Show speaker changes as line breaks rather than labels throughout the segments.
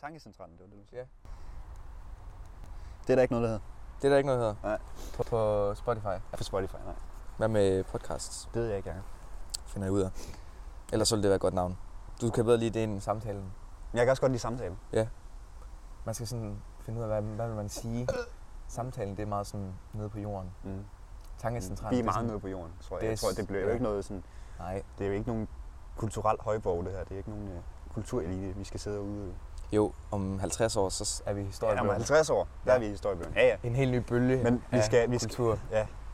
Tankecentralen, det var det, du sagde.
Ja.
Det er der ikke noget, der hedder
Det er der ikke noget, der hedder.
Nej.
På, på Spotify.
på Spotify, nej.
Hvad med podcasts?
Det ved jeg ikke, Jacob.
Finder jeg ud af. Ellers ville det være et godt navn. Du kan bedre lide det end samtalen.
Men jeg kan også godt lide samtale.
Man skal sådan finde ud af, hvad, hvad vil man sige. Samtalen, det er meget sådan nede på jorden.
Mm.
Tankecentralen.
Vi er
det
meget
sådan-
nede på jorden, tror jeg.
det er
jeg tror, det bliver jo
ja.
ikke noget sådan...
Nej.
Det er jo ikke nogen kulturel højborg, det her. Det er ikke nogen øh, kulturelite, vi skal sidde og udøve.
Jo, om 50 år, så er vi
Ja, om
historiebøger.
50 år, der
Ja.
er vi i historiebøgen. Ja, ja.
En helt ny bølge
Men vi
af
skal- vi skal-
kultur.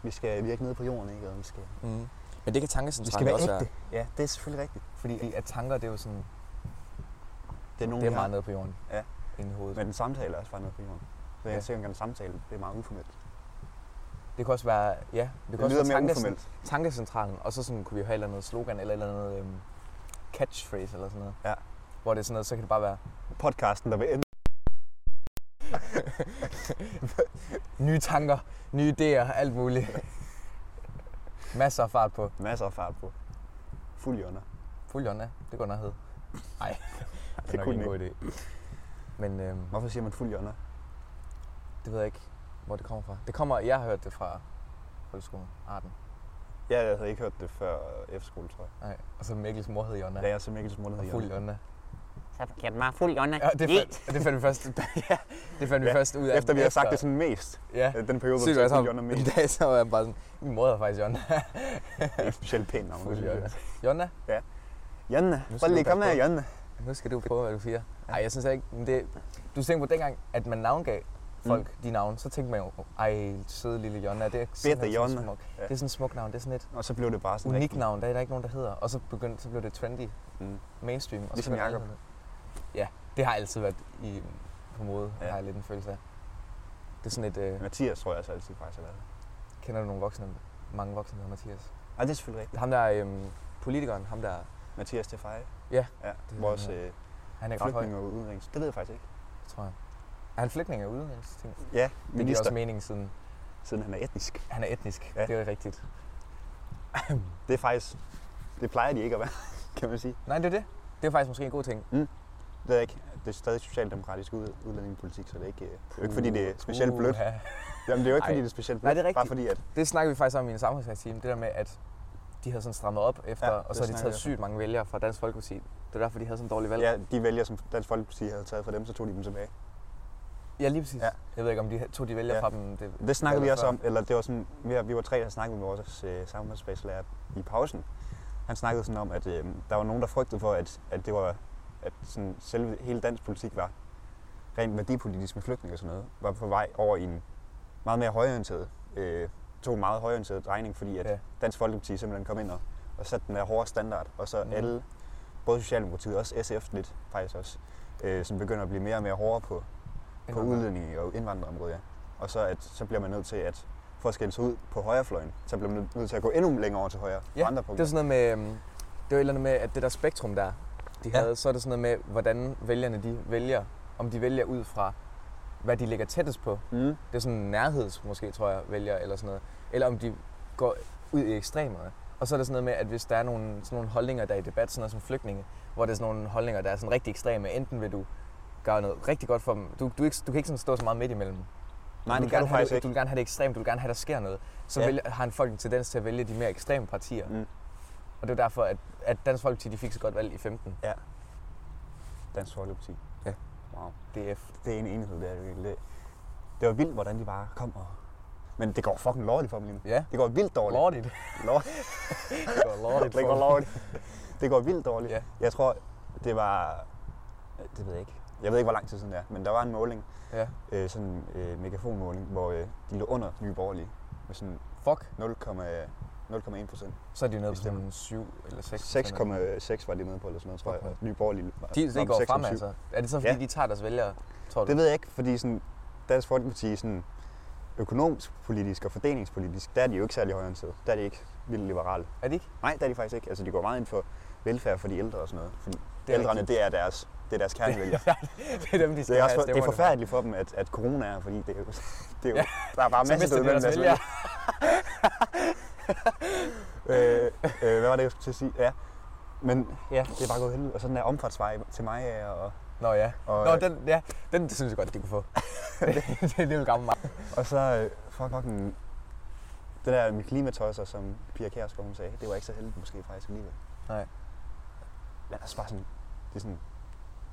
Vi skal virke nede på jorden, ikke? Og vi skal,
Mm. Men det kan
vi skal
tankecentralen
være
også være.
ægte. Ja, det er selvfølgelig rigtigt.
Fordi at tanker, det er jo sådan,
Det er nogen,
det er
vi
meget
har.
nede på jorden.
Ja.
Inde i hovedet.
Men en samtale er også bare nede på jorden. Så jeg
Ja.
ja. tænker, at en samtale det er meget uformelt. Det,
Det kan også være, ja, det kan
det
også
lyder
være
mere
tankecent-
uformelt.
tankecentralen, og så sådan, kunne vi jo have et eller andet slogan, eller et eller andet øhm, catchphrase eller sådan noget.
Ja.
Hvor det er sådan noget, så kan det bare være,
Podcasten, der vil ende.
nye tanker, nye idéer, alt muligt. Masser af fart på.
Masser af fart på. Fuld i under.
Fuld Jonna, det går nok hed. Nej, det er
Det
nok
kunne
ikke en god idé. Men øhm,
Hvorfor siger man fuld i under?
det ved jeg ikke, hvor det kommer fra. Det kommer, jeg har hørt det fra folkeskolen, Arden.
Ja, jeg havde ikke hørt det før F-skole, tror jeg.
Nej. Og så Mikkels mor hed Jonna.
Da jeg så Mikkels mor, der
og
hed
fuld
Jonna.
Jonna.
Så forkert mig fuld, Jonna.
Ja, det, fandt, det fandt vi først, ja, det fandt vi
Ja,
først ud af.
Efter vi har sagt det sådan mest. øh,
Ja.
Den periode, hvor
Sygt,
vi sagde
hvad så?
fuld i under
En
mest.
dag så var jeg bare sådan, min mor hedder faktisk Jonna.
Det er ikke specielt pænt navn.
Fuld Jonna. Jonna,
Jonna,
Nu skal
prøv
du
lige, kom
passe
her,
på.
Jonna.
nu skal du prøve, hvad du siger. Nej, jeg synes ikke, men det... Du tænkte på dengang, at man navngav folk mm. de navne, så tænkte man jo, ej, søde lille Jonna, det er simpelthen sådan
Jonna.
smuk.
Ja.
Det er sådan et smukt navn, det er sådan et
Og så blev det bare sådan
unikt
rigtig-
navn, der er der ikke nogen, der hedder. Og så, begyndte, så blev det trendy,
Mm.
mainstream. Og så
Ligesom
begyndte
Jakob.
alle at hedde det. Ja, det har altid været i, på mode, ja.
Ja.
har jeg lidt en følelse af. Det er sådan et, øh,
Mathias tror jeg også altid faktisk har været. det.
kender du nogle voksne, mange voksne, der hedder Mathias?
Ej, det er selvfølgelig rigtigt.
Ham der, øh, politikeren, ham der,
Mathias Tefaye.
Ja,
ja.
det er
Vores
den
øh,
han er ikke ret høj,
flygtninge og udenrigs. Det ved jeg faktisk ikke.
tror jeg. Er han flygtning af udenrigsting?
Ja,
Det giver
minister,
også mening, siden
siden han er etnisk.
han er etnisk. Ja.
Ja.
Det er jo rigtigt.
Det er faktisk... Det plejer de ikke at være, kan man sige.
Nej, det er det. Det er faktisk måske en god ting.
Det er, ikke, det er stadig socialdemokratisk ud, udlændingepolitik, så det er ikke, øh, det er jo ikke fordi, det er specielt blødt.
Uha.
Jamen, det er jo ikke,
Uh, Ej.
fordi det er specielt blødt.
Nej, det er
Bare
rigtigt.
fordi, at
Det snakker vi faktisk om i en samfundskagstime. Det der med, at de havde sådan strammet op efter,
Ja,
og
det
så har de
snakker
taget
vi om.
sygt mange vælgere fra Dansk Folkeparti. Det er derfor, de havde sådan en dårlig valg.
ja, de vælger, som Dansk Folkeparti havde taget fra dem, så tog de dem tilbage.
ja lige præcis.
Ja.
Jeg ved ikke, om de tog de vælgere
Ja.
fra dem. Det,
Det snakkede vi
Eller
også
før.
om, eller det var sådan, vi, vi var tre, der snakkede med vores øh, samarbejdsbaselærer i pausen. Han snakkede sådan om, at øh, der var nogen, der frygtede for, at, at det var, at sådan, selve hele dansk politik var rent værdipolitisk med flygtninge og sådan noget, var på vej over i en meget mere højorienteret, øh, tog en meget højorienteret drejning, fordi at
Ja.
ja. Dansk Folkeparti simpelthen kom ind og, og satte den der hårde standard, og så
Mm.
mm. alle, både Socialdemokratiet og også SF lidt faktisk også, øh, som begynder at blive mere og mere hårdere på, på udlændinge- og indvandrerområdet, ja. Og så, at, så bliver man nødt til at, for at skælde sig ud på højrefløjen, så bliver man nødt- nødt til at gå endnu længere over til højre på
Ja,
andre
Det er
punkter.
sådan noget med, øhm, det var et eller andet med, at det der spektrum der, de
Ja.
havde, så er det sådan noget med, hvordan vælgerne de vælger, om de vælger ud fra, hvad de ligger tættest på.
Mm.
Det er sådan en nærheds, måske, tror jeg, vælger eller sådan noget. Eller om de går ud i ekstremerne. Og så er det sådan noget med, at hvis der er nogle, sådan nogle holdninger, der er i debat, sådan noget som flygtninge, hvor der er sådan nogle holdninger, der er sådan rigtig ekstreme, enten vil du gøre noget rigtig godt for dem. Du, du, er ikke, du kan ikke sådan stå så meget midt imellem.
Nej,
du
det
vil
kan
gerne
du
have
faktisk
det,
ikke.
Du vil gerne have det ekstremt, du vil gerne have, der sker noget. Så ja.
Ja.
vælger, har en folk en tendens til at vælge de mere ekstreme partier.
Mm.
Og det er derfor, at, at Dansk Folkeparti de fik så godt valg i 15.
Dansk Folkeparti.
Ja.
Wow.
DF.
Det er en enhed, det er det virkelig. Det, det var vildt, hvordan de bare kom og... Men det går fucking lortigt for dem lige nu.
Ja.
Det går vildt dårligt.
Lortigt.
Lort.
Det var lortigt.
Det
for
går
dem.
lortigt. Det går vildt dårligt.
Ja.
Jeg tror, det var... Det ved jeg ikke. Jeg ved ikke, hvor lang tid siden det er, men der var en måling,
Ja.
øh, sådan en øh, megafonmåling, hvor øh, de lå under Nye Borgerlige med sådan
Fuck.
0,1 procent.
Så er de nede på
Det stemmer.
sådan 7 eller 6.
6,6 var de nede på, eller sådan noget, tror jeg.
Okay.
Okay. Nye Borgerlige. var-
De,
var
det
på
går
6,7.
frem, altså. Er det så, fordi ja.
Ja.
de tager deres vælgere, tror du?
Det ved jeg ikke, fordi sådan, Dansk Folkeparti sådan, økonomisk, politisk og fordelingspolitisk, der er de jo ikke særlig højorienterede. Der er de ikke vildt liberale.
Er det ikke?
Nej, der er de faktisk ikke. Altså, de går meget ind for velfærd for de ældre og sådan noget. Fordi
Det
det
er
er ældrene,
rigtigt.
det er deres, det er deres kernevælger.
Det er dem, de skal
Det er, også
have
for, det er
stemmerne fra.
forfærdeligt for dem, at, at corona er, fordi det er jo, det er jo, der er bare
Så
masser
mister
af
de
mellem
deres
deres
vælgere.
vælgere. øh, øh, hvad var det, jeg skulle til at sige? Ja. Men ja, det er bare gået helvede. Og så den der omfartsvej til mig og
Nå ja.
Og,
Nå, den, ja, den synes jeg godt, de kunne få. det, det, det ville gammel mig.
og så, øh, fuck fucking, det der med klimatosser, som Pia Kjærsgaard, hun sagde, det var ikke så heldigt måske faktisk alligevel.
Nej.
Men altså bare sådan, det er sådan,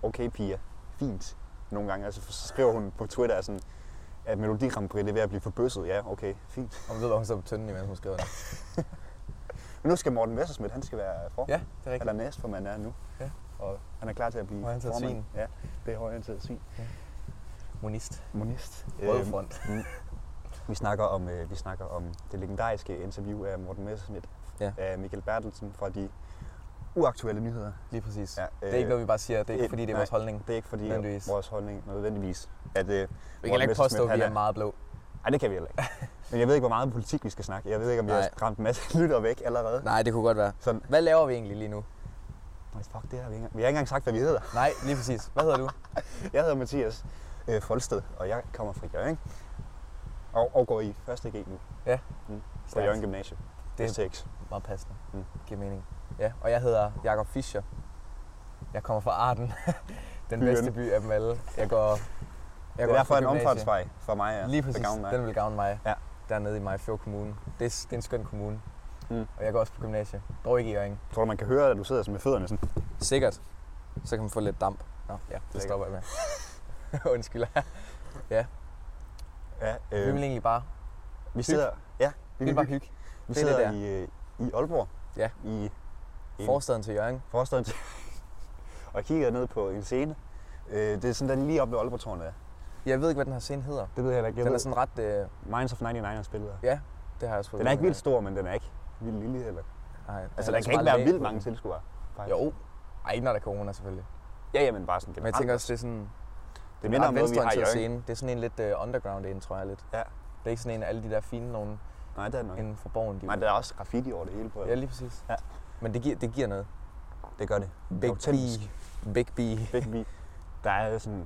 okay Pia, fint nogle gange. Altså så skriver hun på Twitter sådan, at Melodi Grand Prix det er ved at blive forbøsset. Ja, okay, fint.
Og ved, hvor hun så på tynden, imens hun skriver det.
Men nu skal Morten Messerschmidt, han skal være for.
Ja, det er rigtigt.
Eller næstformand er han nu.
Ja.
Og han er klar til at blive
Højreorienteret
formand.
svin.
Ja, det er højorienteret svin.
Monist.
Øhm, Monist.
Rød front.
Vi snakker, om, øh, vi snakker om det legendariske interview af Morten Messerschmidt
Ja.
af Michael Bertelsen fra de uaktuelle nyheder.
Lige præcis.
Ja,
Ja,
øh,
det er ikke noget, vi bare siger. Det er ikke,
øh,
fordi det er
nej.
vores holdning.
Det er ikke fordi
Nødvendigvis.
vores holdning nødvendigvis, at øh,
Vi kan heller ikke påstå, at vi er
meget...
meget blå.
Nej, det kan vi heller ikke. Men jeg ved ikke, hvor meget politik vi skal snakke. Jeg ved ikke, om vi har
Nej.
skræmt en masse lytter væk allerede.
Nej, det kunne godt være.
Sådan,
Hvad laver vi egentlig lige nu?
nej, fuck det har vi ikke engang. Vi har ikke engang sagt, hvad vi hedder.
Nej, lige præcis. Hvad hedder du?
Jeg hedder Mathias øh, Folsted, og jeg kommer fra Jørgen. Og, og går i 1. G nu på
Stærkt.
Jørgen Gymnasium.
Det er
STX.
meget passende.
Mm.
Mm. Giver mening. Ja, og jeg hedder Jakob Fischer. Jeg kommer fra Arden. den
Byen.
bedste by af dem alle. Jeg går... Jeg
Det er
går
derfor
på
en
gymnasiet.
omfartsvej for mig er
Lige præcis.
gavne mig.
Den vil gavne mig.
Ja.
Dernede i Majfjord Kommune. Det er, det er en skøn kommune.
Mm.
Og jeg går også på gymnasiet. Dog ikke i Jørgen.
Tror du, man kan høre, at du sidder sådan med fødderne sådan?
Sikkert. Så kan man få lidt damp. Nå, ja, det
Sikkert. Øhm.
stopper jeg med. Undskyld.
Ja,
Vi vil egentlig bare...
vi Øh, sidder, ja, vi,
Vi vil
vi,
bare
vi,
hygge.
vi
det
sidder
der.
i, øh, i Aalborg.
Ja.
I en
Forstaden til Jørgen.
forstaden til, og kigger ned på en scene. Øh, det er sådan, den lige oppe ved Aalborg-tårnet er.
Jeg ved ikke, hvad den her scene hedder.
Det ved jeg heller ikke. Jeg
Den er
ved,
sådan ret... Øh,
Minds of 99 er spillet. her.
det har jeg også fået
Den er
ud
ikke
af.
vildt stor, men den er ikke vildt lille heller.
Nej, den
Altså,
er
der
så
kan ikke
meget
være
lag
vildt
på
mange
den.
tilskuere. faktisk.
Jo. Ej, ikke når der er corona selvfølgelig.
Ja, jamen bare sådan
Men jeg
generelt.
tænker også, det er sådan...
det minder om noget, vi har i
venstreorienteret
Jørgen.
scene. Det er sådan en lidt uh, underground en, tror jeg lidt.
Ja.
Det er ikke sådan en af alle de der fine nogen
Nej, det er det nok.
inden for borgen. De
Nej, der er også graffiti over det hele på.
Ja, lige præcis.
Ja.
Men det giver, det giver noget.
det gør det.
Big B.
Autentisk.
Big B.
Begge vi. Der er sådan...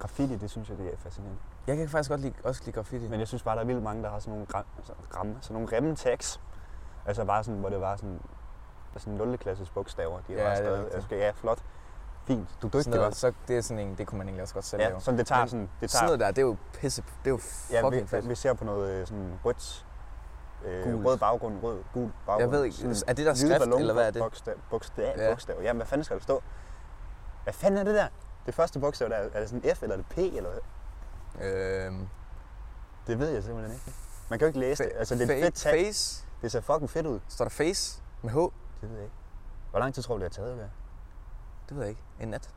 Graffiti, det synes jeg, det er fascinerende.
Jeg kan faktisk godt lide, også lide graffiti.
Men jeg synes bare, der er vildt mange, der har sådan nogle gram, altså, gram, sådan nogle remme tags. Altså bare sådan, hvor det var sådan, der er sådan 0. klasses bogstaver. De
Ja,
ja, bare
det er
stadig,
rigtigt.
altså, ja, flot. Fint. Du er
sådan
dygtig,
noget,
var.
så det er sådan en, det kunne man egentlig også godt selv
Ja,
lave.
sådan det tager
Men
sådan, det
Sådan
tager,
noget der, det er jo pisse, det er jo
ja,
fucking fedt.
vi, vi ser på noget øh, sådan rødt, øh,
Gult.
rød baggrund, rød, gul baggrund.
Jeg ved ikke,
sådan
er det der
hvide
skrift,
ballon-
eller hvad er det?
Bogstav, bogstav, ja.
Ja.
bogstav. Jamen, hvad fanden skal der stå? Hvad fanden er det der? Det første bogstav, der er, er det sådan F eller er det P eller hvad?
Øhm,
Det ved jeg simpelthen ikke. Man kan jo ikke læse det. Altså, det er et
fa-
fedt tag.
Face?
Det ser fucking fedt ud.
Står der face med H?
Det ved jeg ikke. Hvor lang tid tror du, det har taget der?
Det ved jeg ikke. En nat.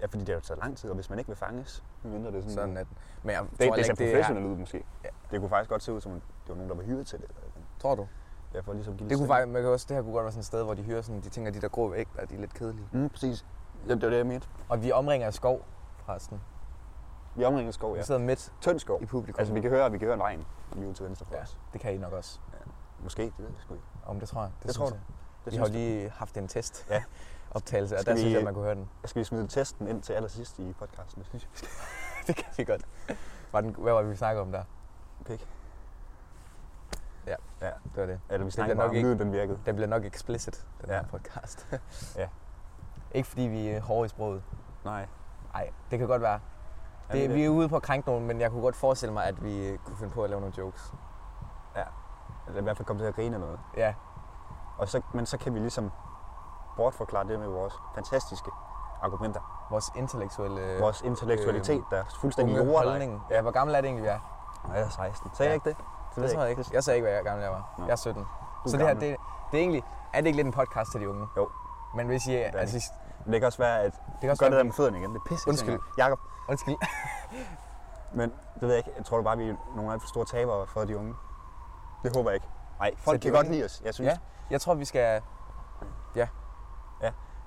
Ja, fordi det har jo taget lang tid, og hvis man ikke vil fanges, så mindre det er sådan...
Sådan en nat. Men jeg
Mm. Det,
tror
det
heller
ser
ikke, det er,
professionelt ud, måske.
Ja.
Det kunne faktisk godt se ud, som om det var nogen, der var hyret til det. Eller sådan.
Tror du?
Ja, for ligesom at give
Det
lidt
kunne,
stemning.
faktisk, man kan også, det her kunne godt være sådan et sted, hvor de hører sådan, de tænker, at de der grå væg, der de er lidt kedelige.
Mm, præcis. Ja, det var det, jeg mente.
Og vi omringer af skov, forresten.
Vi omringer skov,
Vi
ja.
sidder midt
Tynd skov.
Altså, i publikum.
Altså, vi kan høre, vi kan høre en regn lige ud til venstre for
Ja.
os.
Det kan I nok også.
Måske, det ved jeg sgu ikke.
Om det tror jeg.
Det tror
synes
du?
jeg.
Det
Vi
synes
har jo
jeg.
lige haft en test.
Ja.
Optagelse, og
Skal
der synes
vi-
jeg, at man kunne høre den.
Skal vi smide testen ind til allersidst i podcasten? Det synes jeg, vi skal.
det kan vi godt. Var den, hvad var det, vi snakkede om der?
Pik.
Ja,
Ja.
det var det.
Eller vi
bliver
snakker bare
nok
om
ikke-
lyden, den virkede.
Den bliver nok explicit, den
Ja.
her podcast.
Ja.
Ikke fordi vi er hårde i sproget.
Nej.
Nej, det kan godt være.
Ja,
Det,
men
vi er ude på at krænke nogen, men jeg kunne godt forestille mig, at vi øh, kunne finde på at lave nogle jokes.
Eller i hvert fald komme til at grine eller noget.
Ja,
Og så, men så kan vi ligesom bortforklare det med vores fantastiske argumenter.
vores intellektuelle øh,
Vores intellektualitet, der er fuldstændig
unge
jorder
holdning. Ja, hvor gammel er det egentlig, vi er?
Nej, jeg er 16. Sagde
Ja.
jeg ikke det?
Det, det tror jeg ikke. Jeg sagde ikke, hvor jeg gammel jeg var.
Nå.
Jeg er 17.
Du er
så det her,
gammel.
det, det er egentlig... Er det ikke lidt en podcast til de unge?
Jo.
Men hvis I...
det.
Altså,
Men det kan også være, at
det
det
kan også
gør det
være...
der med fødderne igen. Det er pisse.
Undskyld.
Jakob,
Undskyld.
men det ved jeg ikke. Jeg tror bare, vi er nogle alt for store tabere for de unge. Det håber jeg ikke. Nej, folk
de
kan godt
unge-
lide os, jeg synes.
Ja. Jeg tror, vi skal...
jeg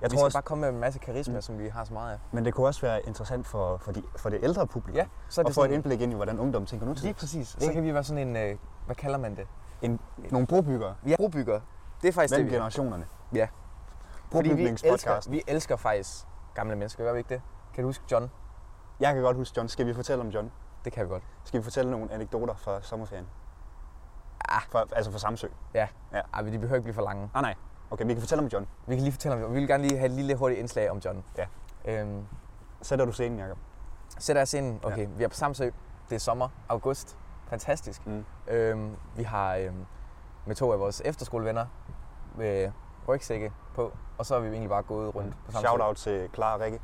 vi
tror
skal
også,
bare komme med en masse karisma,
Mm.
mm. som vi har så meget af.
men det kunne også være interessant for, for, de, for det ældre publikum.
Ja, så er
og
det
få et
sådan...
indblik ind i, hvordan ungdom tænker nu til.
Lige præcis.
Ikke?
Så kan vi være sådan en... Øh, hvad kalder man det?
En, nogle brobyggere.
Vi er brobygger. Det er faktisk
Mellem
det, vi er.
generationerne.
Ja. Fordi vi elsker,
Brobygningspodcasten.
vi elsker faktisk gamle mennesker. Gør vi ikke det? Kan du huske John?
Jeg kan godt huske John. Skal vi fortælle om John?
Det kan vi godt.
Skal vi fortælle nogle anekdoter fra sommerferien? Ah. For, altså fra Samsø.
Ej, men de behøver ikke blive for lange.
Ah, nej. Okay, vi kan fortælle om John.
Vi kan lige fortælle om Vi vil gerne lige have et lille hurtigt indslag om John.
Ja.
Øhm,
Sætter du scenen, Jacob?
sætter os ind. Okay,
Ja.
ja. vi er på Samsø. Det er sommer, august. Fantastisk.
Mm.
Øhm, vi har øhm, med to af vores efterskolevenner øh, rygsække på, og så er vi jo egentlig bare gået rundt på Samsø.
Mm. Shout out til Clara og Rikke.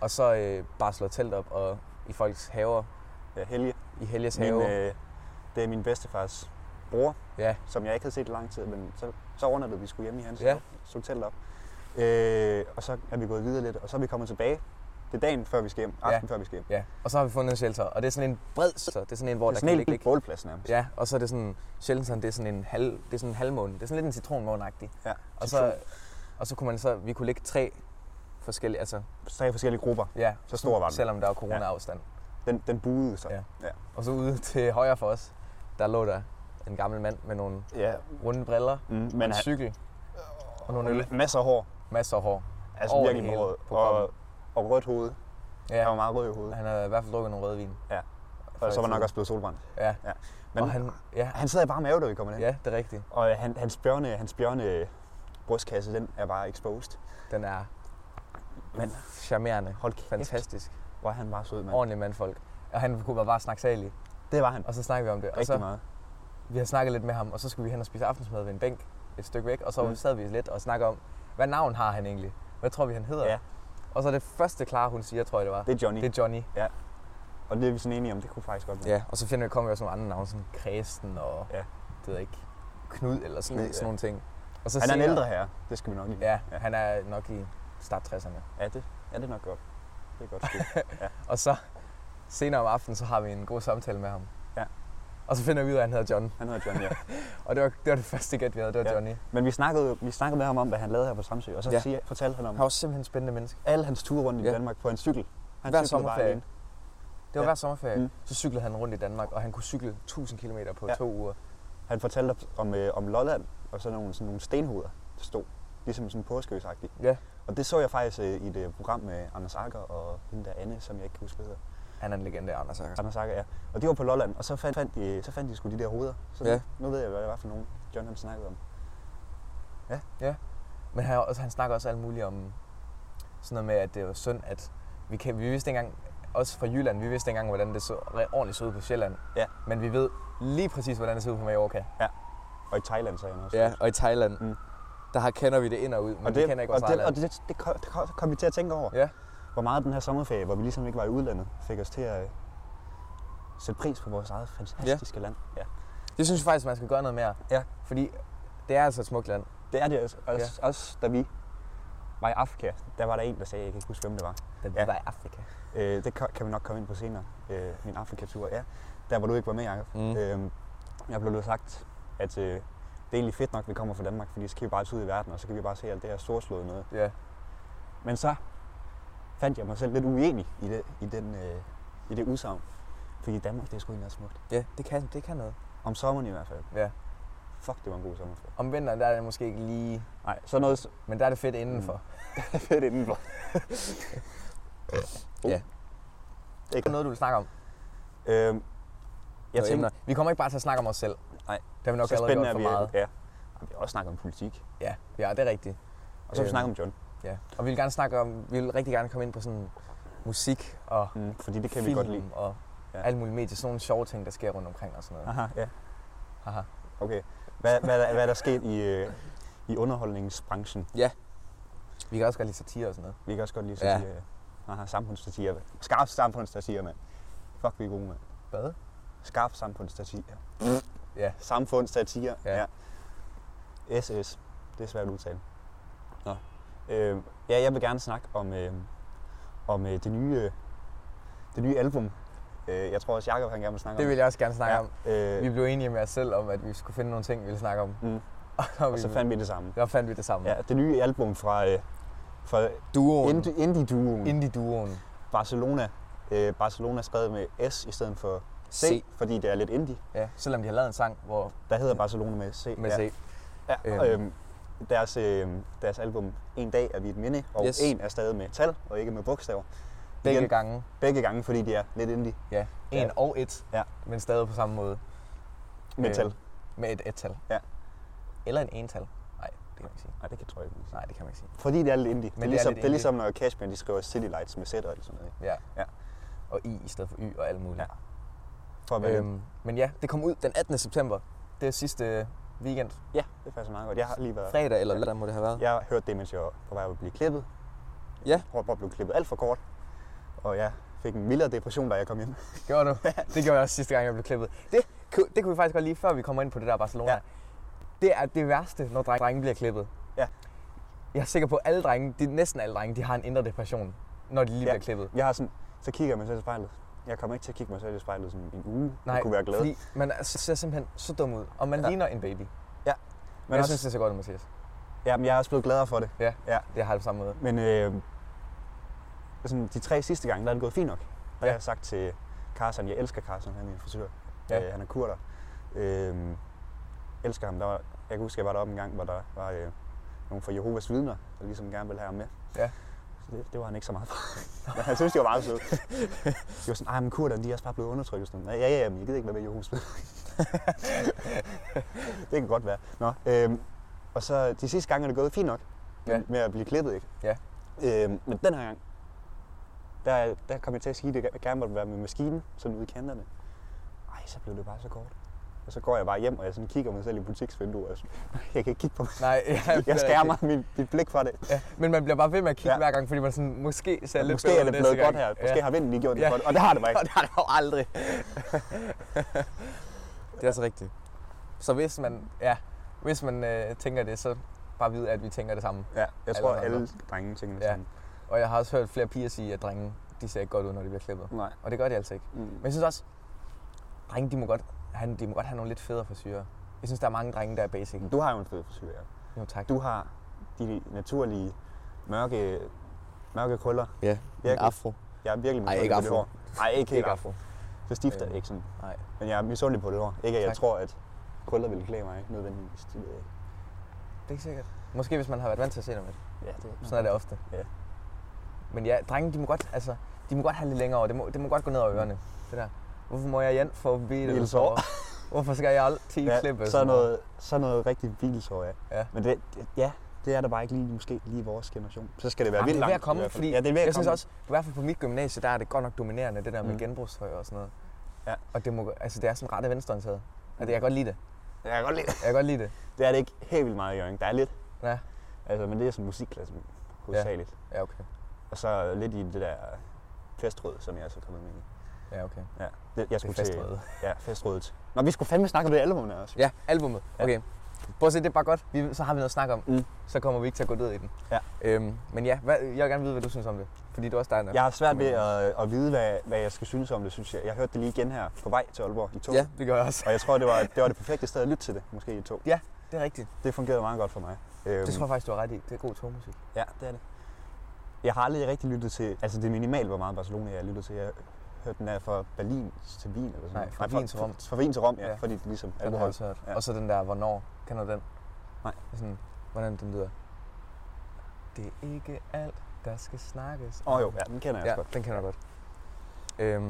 Og så øh, bare slået telt op og i folks haver,
Ja, Helge.
i Helges
Min,
have.
øh, det er min bedstefars bror,
Ja.
som jeg ikke havde set i lang tid, men så, så overnattede vi skulle hjemme i hans
Ja.
ja. så telt op. Øh, og så er vi gået videre lidt, og så er vi kommet tilbage. Det er dagen før vi skal hjem,
Ja.
aften før vi skal hjem.
Ja, og så har vi fundet en shelter, og det er sådan en bred shelter. Det er sådan en, hvor
det er
der
sådan
kan
en
ligge,
lille
ligge.
bålplads nærmest.
Ja, og så er det sådan, shelteren, det er sådan en, halv, det er sådan en halvmåne. Det er sådan lidt en citronmåne
Ja.
Og så, og så kunne man så, vi kunne ligge tre forskellige, altså
tre forskellige grupper.
ja,
Så stor var den.
selvom der var corona-afstand.
Den, den buede sig.
Ja. Og så ude til højre for os, der lå der en gammel mand med nogle
Ja.
runde briller,
Mm,
Men
men
en
han,
cykel og nogle øl,
og masser af hår.
masser af hår.
Altså
Over det
virkelig
hele
håret.
på
Og,
kroppen.
og rødt hoved. Ja. Han var
Ja,
meget rød i hovedet.
han havde i hvert fald drukket nogle rødvin.
Ja.
Før
Og
i
så var
tiden.
nok også blevet solbrændt.
Ja.
Ja.
Men
Men-
og han, ja,
Han sad i bare mave, da vi kom ind.
ja, det er rigtigt.
Og han, hans bjørne, hans bjørne brystkasse, den er bare exposed.
Den er
Men
charmerende.
hold kæft,
Fantastisk.
hvor er han bare sød, mand.
Ordentlig mandfolk. Og han kunne bare, bare snakke salig.
Det var han.
Og så snakkede vi om det. Og
Rigtig
så,
meget.
vi har snakket lidt med ham, og så skulle vi hen og spise aftensmad ved en bænk et stykke væk. Og så
Mm.
sad vi lidt og snakkede om, hvad navn har han egentlig? Hvad tror vi, han hedder?
Ja.
Og så det første klare, hun siger, tror jeg det var,
Det er Johnny.
det er Johnny.
Og det er vi sådan enige om, det kunne faktisk godt være.
Ja, og så finder vi, kommer vi også nogle andre navne, sådan Kristen og, ja.
Ja.
det ved jeg ikke, Knud eller sådan,
Knud,
Knud,
ja.
sådan nogle ting. Og så
Han er en
senere-
ældre herre, det skal vi nok lige.
Ja,
Ja.
han er nok i start 60'erne.
ja det, ja, det er nok godt. Det er godt sgu.
Og så senere om aftenen, så har vi en god samtale med ham.
Ja.
Og så finder vi ud af, at han hedder John.
Han hedder Johnny, ja.
Og det var det, var det første gæt, vi havde, det var
Ja.
ja. Johnny.
Men vi snakkede, vi snakkede med ham om, hvad han lavede her på Samsø, og så
Ja.
ja. siger, fortalte han om
Han var simpelthen en spændende menneske.
alle hans ture rundt i
Ja.
Danmark på en cykel. Han
Hver
cyklede
sommerferie.
alene.
Det var ja.
Ja.
hver sommerferie,
Mm.
så cyklede han rundt i Danmark, og han kunne cykle 1000 km på
Ja.
to uger.
Han fortalte op- om, øh, om Lolland og sådan nogle, sådan nogle stenhoveder, der stod. Ligesom sådan påskeøsagtigt.
Ja.
Og det så jeg faktisk øh, i et øh, program med Anders Akker og hende der Anne, som jeg ikke kan huske, hvad hedder.
Han er en legende, Anders Akker.
Anders Akker, ja. Og det var på Lolland, og så fandt, fandt, de, så fandt de sgu de der hoveder. Så
Ja.
ja. nu ved jeg, hvad det var for nogen, John han snakkede om.
Men han, også, han snakker også alt muligt om sådan noget med, at det var synd, at vi, kan, vi vidste ikke engang, også fra Jylland, vi vidste ikke engang, hvordan det så re- ordentligt så ud på Sjælland.
Ja.
Men vi ved lige præcis, hvordan det ser ud på Mallorca.
Og i Thailand sagde han også.
og i Thailand,
Mm.
der har, kender vi det ind og ud, men
Og
vi
det,
kender ikke
og
vores eget
det, og
land.
det, det, det, kom, det kom- kom vi til at tænke over.
Ja.
Hvor meget den her sommerferie, hvor vi ligesom ikke var i udlandet, fik os til at øh, sætte pris på vores eget fantastiske land. Ja.
Det synes jeg faktisk, man skal gøre noget mere.
Ja.
Fordi det er altså et smukt land.
Det er det også, også, ja. også da vi var i Afrika, der var der en, der sagde, jeg kan ikke huske, hvem det var.
Da vi
Ja.
var i Afrika.
Øh, det kan, kan vi nok komme ind på senere, øh, min Afrikatur. Ja, der hvor du ikke var med, Jacob.
Mm.
Øh, jeg blev sagt, at øh, det er egentlig fedt nok, at vi kommer fra Danmark, fordi så kan vi bare tage ud i verden, og så kan vi bare se alt det her storslåede noget.
Ja.
Men så fandt jeg mig selv lidt uenig i det, i den, øh, i det udsagn. Fordi Danmark, det er sgu egentlig også smukt.
ja, det kan, det kan noget.
Om sommeren i hvert fald.
Ja.
Fuck, det var en god sommerferie.
Om vinteren, der er det måske ikke lige...
Nej, så noget s-
Men der er det fedt indenfor.
Mm. fedt indenfor.
Ja.
Det er
Det er
ikke
noget, du vil snakke om.
Øhm, jeg
Nogle
tænker,
emner. Vi kommer ikke bare til at snakke om os selv.
Nej.
Det har vi nok
så
allerede
spændende
gjort
er
for
vi.
meget.
Ja. Og vi har også snakket om politik.
Ja, ja, det er rigtigt.
Og så har vi
Øhm.
snakket om John.
Ja, og vi vil gerne snakke om, vi vil rigtig gerne komme ind på sådan musik og
Mm, fordi det kan
film
vi godt lide.
og
Ja.
ja.
Ah.
alle mulige medier, sådan nogle sjove ting, der sker rundt omkring og sådan noget.
Aha, ja.
Haha.
Okay. Hvad, hvad, hvad, hvad er der sket i, øh, i underholdningsbranchen?
Vi kan også godt lide satire og sådan noget.
Vi kan også godt lide
Ja.
satire. Ja. øh, Aha, samfundsstatire. Skarp samfundsstatire, mand. Fuck, vi er gode, mand.
Hvad?
Skarp samfundsstatire.
Ja.
Samfundsstatire.
Ja.
Ja. ja. SS. Det er svært at udtale. Nå. Øh, ja, jeg vil gerne snakke om, øh, om øh, det, nye, øh, det nye album. Øh, jeg tror også, Jacob han gerne vil snakke
Det
om.
vil jeg også gerne snakke ja. om.
Øh,
Vi blev enige med os selv om, at vi skulle finde nogle ting, vi ville snakke om.
Mm.
Og, og vi,
og så fandt vi det samme.
der fandt vi det sammen.
Ja, det nye album fra, øh, fra
Duoen.
Indi- indie-duoen
Indie-duoen.
Barcelona. Øh, Barcelona er skrevet med S i stedet for C,
C.
fordi det er lidt indie.
Ja, selvom de har lavet en sang, hvor
Der hedder Barcelona med C.
med
ja.
ja. C.
Ja, og,
Øhm.
øhm, deres, øh, deres album En dag er vi et minde, og
Yes.
yes. en er stadig med tal og ikke med bogstaver.
Begge
Igen.
gange.
Begge gange, fordi de er lidt indie
Ja. En
Ja.
og et.
Ja.
Men stadig på samme måde.
med
Øhm.
tal.
Med et et-tal.
Ja.
Eller en ental. Det kan man ikke sige.
Nej, det kan tror jeg ikke. man kan sige.
Nej, det kan man ikke sige.
Fordi det er lidt indie. Men det, er
det er
ligesom,
lidt
det er ligesom, når Cashmere de skriver City Lights med sætter eller sådan noget. ikke?
Ja.
Ja.
Og I i stedet for Y og alt muligt.
Ja. For at være øhm.
øhm, men ja, det kom ud den 18. september. Det er sidste øh, weekend.
Ja, det er faktisk meget godt. Jeg har lige været...
Fredag eller
Ja.
lørdag må det have været.
Jeg hørte det, mens jeg var på vej op at blive klippet.
Ja.
Jeg prøvede bare at blive klippet alt for kort. Og jeg fik en mildere depression, da jeg kom hjem.
Gjorde du? Det gjorde jeg også sidste gang, jeg blev klippet. Det, ku- det kunne vi faktisk godt lige, før vi kommer ind på det der Barcelona.
Ja.
Ja. Det er det værste, når drenge, drenge bliver klippet.
Ja.
Jeg er sikker på, at alle drenge, de, næsten alle drenge, de har en indre depression, når de lige
Ja.
bliver klippet.
Jeg har sådan, så kigger jeg mig selv i spejlet. Jeg kommer ikke til at kigge mig selv i spejlet sådan en uge. jeg kunne være glad.
fordi man er- ser simpelthen så dum ud, og man
Ja.
ja. ligner en baby. Men
Men
jeg
også,
synes, det ser godt ud, Mathias.
ja, men jeg er også blevet gladere for det.
Jeg har det på samme måde.
Men øh, sådan, de tre sidste gange, der er det gået fint nok. Der ja. har
Ja.
jeg sagt til Carson, jeg elsker Carson, han er min frisør. Ja.
Ja.
Øh, han er kurder. Øh, elsker ham. Der var, jeg kan huske, jeg var deroppe en gang, hvor der var øh, nogle fra Jehovas vidner, der ligesom gerne ville have ham med.
Ja.
Så det, det, var han ikke så meget for. Men han synes, det var meget sødt. De var sådan, ej, men kurderne, de er også bare blevet undertrykt. og Sådan. noget." Ja, ja, ja, men jeg gider ikke være med i Jehovas vidner. det kan godt være. Nå, øh, og så de sidste gange er det gået fint nok
Ja.
med at blive klippet, ikke?
Ja.
Øhm, men den her gang, der, der kom jeg til at sige, at det gerne måtte være med maskinen, sådan ude i kanterne. Ej, så blev det bare så kort. Og så går jeg bare hjem, og jeg sådan kigger mig selv i butiksvinduet, og sådan, jeg kan ikke kigge på mig.
Nej, ja, det er
Jeg skærmer
rigtigt.
min, mit blik fra det.
Ja, men man bliver bare ved med at kigge
Ja.
ja. hver gang, fordi man sådan, måske ser lidt
Måske er
bedre
det
næste
blevet
gang.
godt her. Måske har vinden lige gjort det
Ja.
godt, og det har det bare
Og
ikke.
det har det jo aldrig. det er altså rigtigt. Så hvis man, ja, hvis man øh, tænker det, så bare vid, at vi tænker det samme.
Ja, jeg tror,
Alle andre.
alle drenge tænker det
Altså, Ja.
sådan.
Og jeg har også hørt flere piger sige, at drenge, de ser ikke godt ud, når de bliver klippet.
Nej.
Og det gør de altså ikke.
Mm.
Men jeg synes også, drenge, de må godt, han, de må godt have nogle lidt federe frisyrer. Jeg synes, der er mange drenge, der er basic.
Men Du har jo en fed frisyr, ja.
Jo, tak.
Du har de naturlige mørke, mørke krøller.
Ja,
Virkelig.
afro.
Jeg er virkelig
Ej,
misundelig
ikke
på det
afro.
hår. Ej, ikke helt
Ikke
afro.
afro.
Så stift er
Øhm,
det ikke sådan.
Nej.
Men jeg er misundelig på det hår. Ikke, at jeg
Tak.
tror, at krøller ville klæde mig, ikke nødvendigvis. Det ved jeg ikke.
Det er ikke sikkert. Måske hvis man har været vant til at se dem med det.
Ja, det
Sådan er det ofte.
Ja.
Men ja, drenge, de må godt, altså, de må godt have lidt længere over. Det må, det må godt gå ned over ørerne, det der. Hvorfor må jeg igen få
Hvilshår.
hvilet hår? Hvorfor skal jeg altid
ja,
klippe?
sådan noget, sådan noget rigtig hvileshår, ja.
Ja.
Men det, det- ja, det er der bare ikke lige, måske lige i vores generation. Så skal det være
Jamen,
vildt
det er ved
langt.
at komme,
i hvert fald.
fordi
ja, det er ved at
jeg synes
komme.
også, i hvert fald på mit gymnasie, der er det godt nok dominerende, det der med
Mm.
genbrugstøj og sådan noget.
Ja.
Og det, må, altså, det er sådan ret af venstreorienteret. Altså, jeg kan godt lide det.
Jeg kan godt lide. det.
Jeg kan godt lide det.
Det er det ikke helt vildt meget i Jørgen. Der er lidt.
Ja.
Altså, men det er sådan musikklasse hovedsageligt. Ja.
Ja, okay.
Og så lidt i det der festrød, som jeg er så kommet med i.
Ja, okay.
Ja, det, jeg
Det er
skulle til,
festrøget.
Ja, festrødet. Nå, vi skulle fandme snakke om det album der også.
Ja, albumet.
Ja.
Okay. Prøv at se, det er bare godt. Vi, så har vi noget at snakke om.
Mm.
Så kommer vi ikke til at gå ned i den.
Ja.
Øhm, men ja, hvad, jeg vil gerne vide, hvad du synes om det. Fordi du er også dig,
Jeg har svært ved at, at vide, hvad, hvad jeg skal synes om det, synes jeg. Jeg hørte det lige igen her på vej til Aalborg i tog.
Ja, det gør jeg også.
Og jeg tror, det var, det var det perfekte sted at lytte til det, måske i tog.
Det er rigtigt.
Det fungerede meget godt for mig. Øhm,
Det tror jeg faktisk, du har ret i. Det er god togmusik.
Ja, det er det. Jeg har aldrig rigtig lyttet til, altså det er minimalt, hvor meget Barcelona jeg har lyttet til. Jeg hørte den der fra Berlin til Wien eller sådan
Nej,
noget.
fra Wien til Rom.
Fra, fra Wien til Rom, ja,
Ja. altså-
fordi det ligesom
Den har jeg
alkohol.
også hørt.
Ja.
Ja. Og så den der, hvornår. Kender du den?
Nej.
Det er Sådan, hvordan den lyder. Det er ikke alt, der skal snakkes.
Åh oh, jo, ja, den kender jeg
ja,
også godt.
den kender jeg godt. Øhm,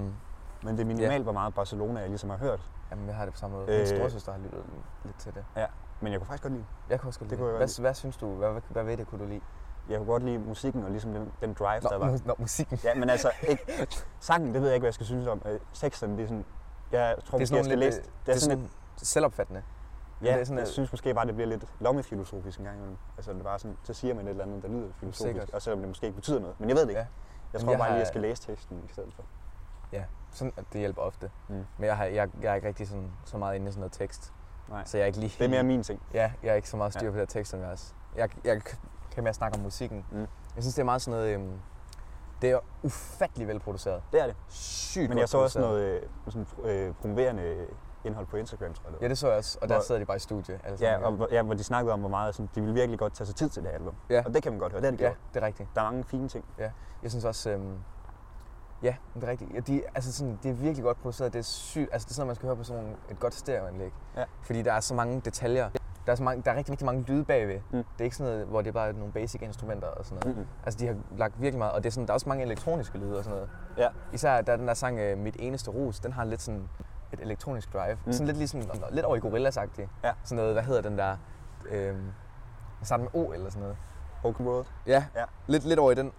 Men det er minimalt, hvor meget Barcelona jeg ligesom har hørt.
jamen, jeg har det på samme måde. Min
Øh.
storsøster har lyttet lidt til det.
Men jeg kunne faktisk godt lide
Jeg kunne også godt
Det
lide
kunne jeg
det.
godt
Hvad, hvad synes du? Hvad, hvad ved det, kunne du lide?
Jeg kunne godt lide musikken og ligesom den, den drive, der var.
mu- nå, musikken.
Ja, men altså, ikke, sangen, det ved jeg ikke, hvad jeg skal synes om. Øh, Sexen, det er sådan, jeg tror,
Det
måske,
er
jeg
sådan
skal
lidt,
læse...
øh, det er sådan selvopfattende.
Ja,
Det er sådan,
jeg
at-
synes måske bare, det bliver lidt lommefilosofisk en gang imellem. Altså, det er bare sådan, så siger man et eller andet, der lyder filosofisk,
Sikkert.
og selvom det måske ikke betyder noget. Men jeg ved det ikke. Jeg
Ja. Jamen,
tror
jeg
bare lige,
har-
jeg skal læse teksten i stedet for.
Sådan, at det hjælper ofte.
Mm.
Mm. Men jeg, har, jeg, jeg er ikke rigtig sådan, så meget inde i sådan noget tekst.
Nej.
Så jeg er ikke lige
Det er mere min ting.
Ja, jeg er ikke så meget styr
Ja.
på det her tekstunivers. Jeg, jeg kan mere snakke om musikken.
Mm.
Jeg synes, det er meget sådan noget... Øhm, det er ufattelig velproduceret.
Det er det.
Sygt
Men
godt
jeg så også
produceret.
noget øh, sådan, øh, promoverende indhold på Instagram, tror jeg. det var.
Ja, det så jeg også. Og der
Hvor-
sidder de bare i studie. alle
Ja,
sammen.
og, hvor- ja, hvor de snakkede om, hvor meget sådan, de ville virkelig godt tage sig tid til det her album.
Ja.
Og det kan man godt høre, det er det
ja,
gjort.
det er rigtigt.
Der er mange fine ting.
Jeg synes også... Øhm, ja, men det er rigtigt. Ja, de, altså sådan, det er virkelig godt produceret. Det er sygt. Altså, det er sådan, at man skal høre på sådan nogle- et godt stereoanlæg.
Ja.
Fordi der er så mange detaljer. Der er, så mange, der er rigtig, rigtig mange lyde bagved.
Mm.
Det er ikke sådan noget, hvor det er bare nogle basic instrumenter og sådan noget.
Mm-hmm.
Altså, de har lagt virkelig meget, og det er sådan, der er også mange elektroniske lyde og sådan noget.
Ja.
Især der er den der sang, øh, Mit Eneste Rus, den har lidt sådan et elektronisk drive.
Mm.
Mm. Sådan lidt ligesom, lidt over i Gorillaz-agtigt.
Ja.
Sådan noget, hvad hedder den der, øh, sammen med O eller sådan noget.
Open World.
Ja, ja.
Ja.
Lidt, lidt over i den.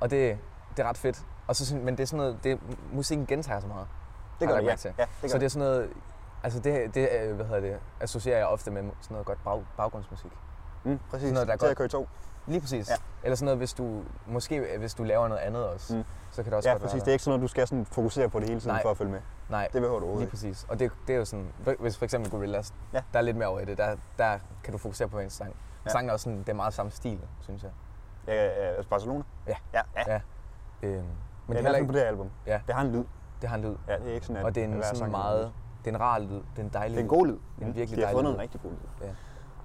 Og det, det er ret fedt. Og så, synes- men det er sådan noget, det, musikken gentager så meget.
Det gør
Har jeg
det, ja.
mærke til.
ja det gør
så det er sådan noget, altså det, det øh, hvad hedder det, associerer jeg ofte med sådan noget godt bag, baggrundsmusik.
Mm, præcis.
Sådan noget, der er
til
godt.
at køre i to.
Lige præcis. Ja.
Ja.
Eller sådan noget, hvis du, måske øh, hvis du laver noget andet også, mm.
Mm.
så kan det også
Ja,
godt
præcis. Det er
være.
ikke sådan noget, du skal sådan fokusere på det hele tiden
Nej.
for at følge med.
der. Nej,
Det behøver du
lige
overhovedet ikke.
præcis. Og det, det er jo sådan, hvis for eksempel Gorillaz, ja.
Ja.
der er lidt mere over i det, der, der kan du fokusere på en sang. Ja.
Ja.
Sangen er også sådan, det er meget samme stil, synes jeg.
Ja, ja, altså Barcelona.
Ja.
Ja, ja.
Ja. Øhm, men
Men
det, er
det
heller
er
ikke,
på det her album.
Ja.
Det har en lyd.
det har en lyd.
Ja, det er ikke sådan, at
Og det er
at
en
hver
sådan
sang er
meget,
anderledes.
det er en rar lyd, det er en dejlig
Det er en
lyd.
god lyd.
En
Mm.
virkelig
De har
dejlig
fundet
lyd.
en rigtig god lyd.
Ja.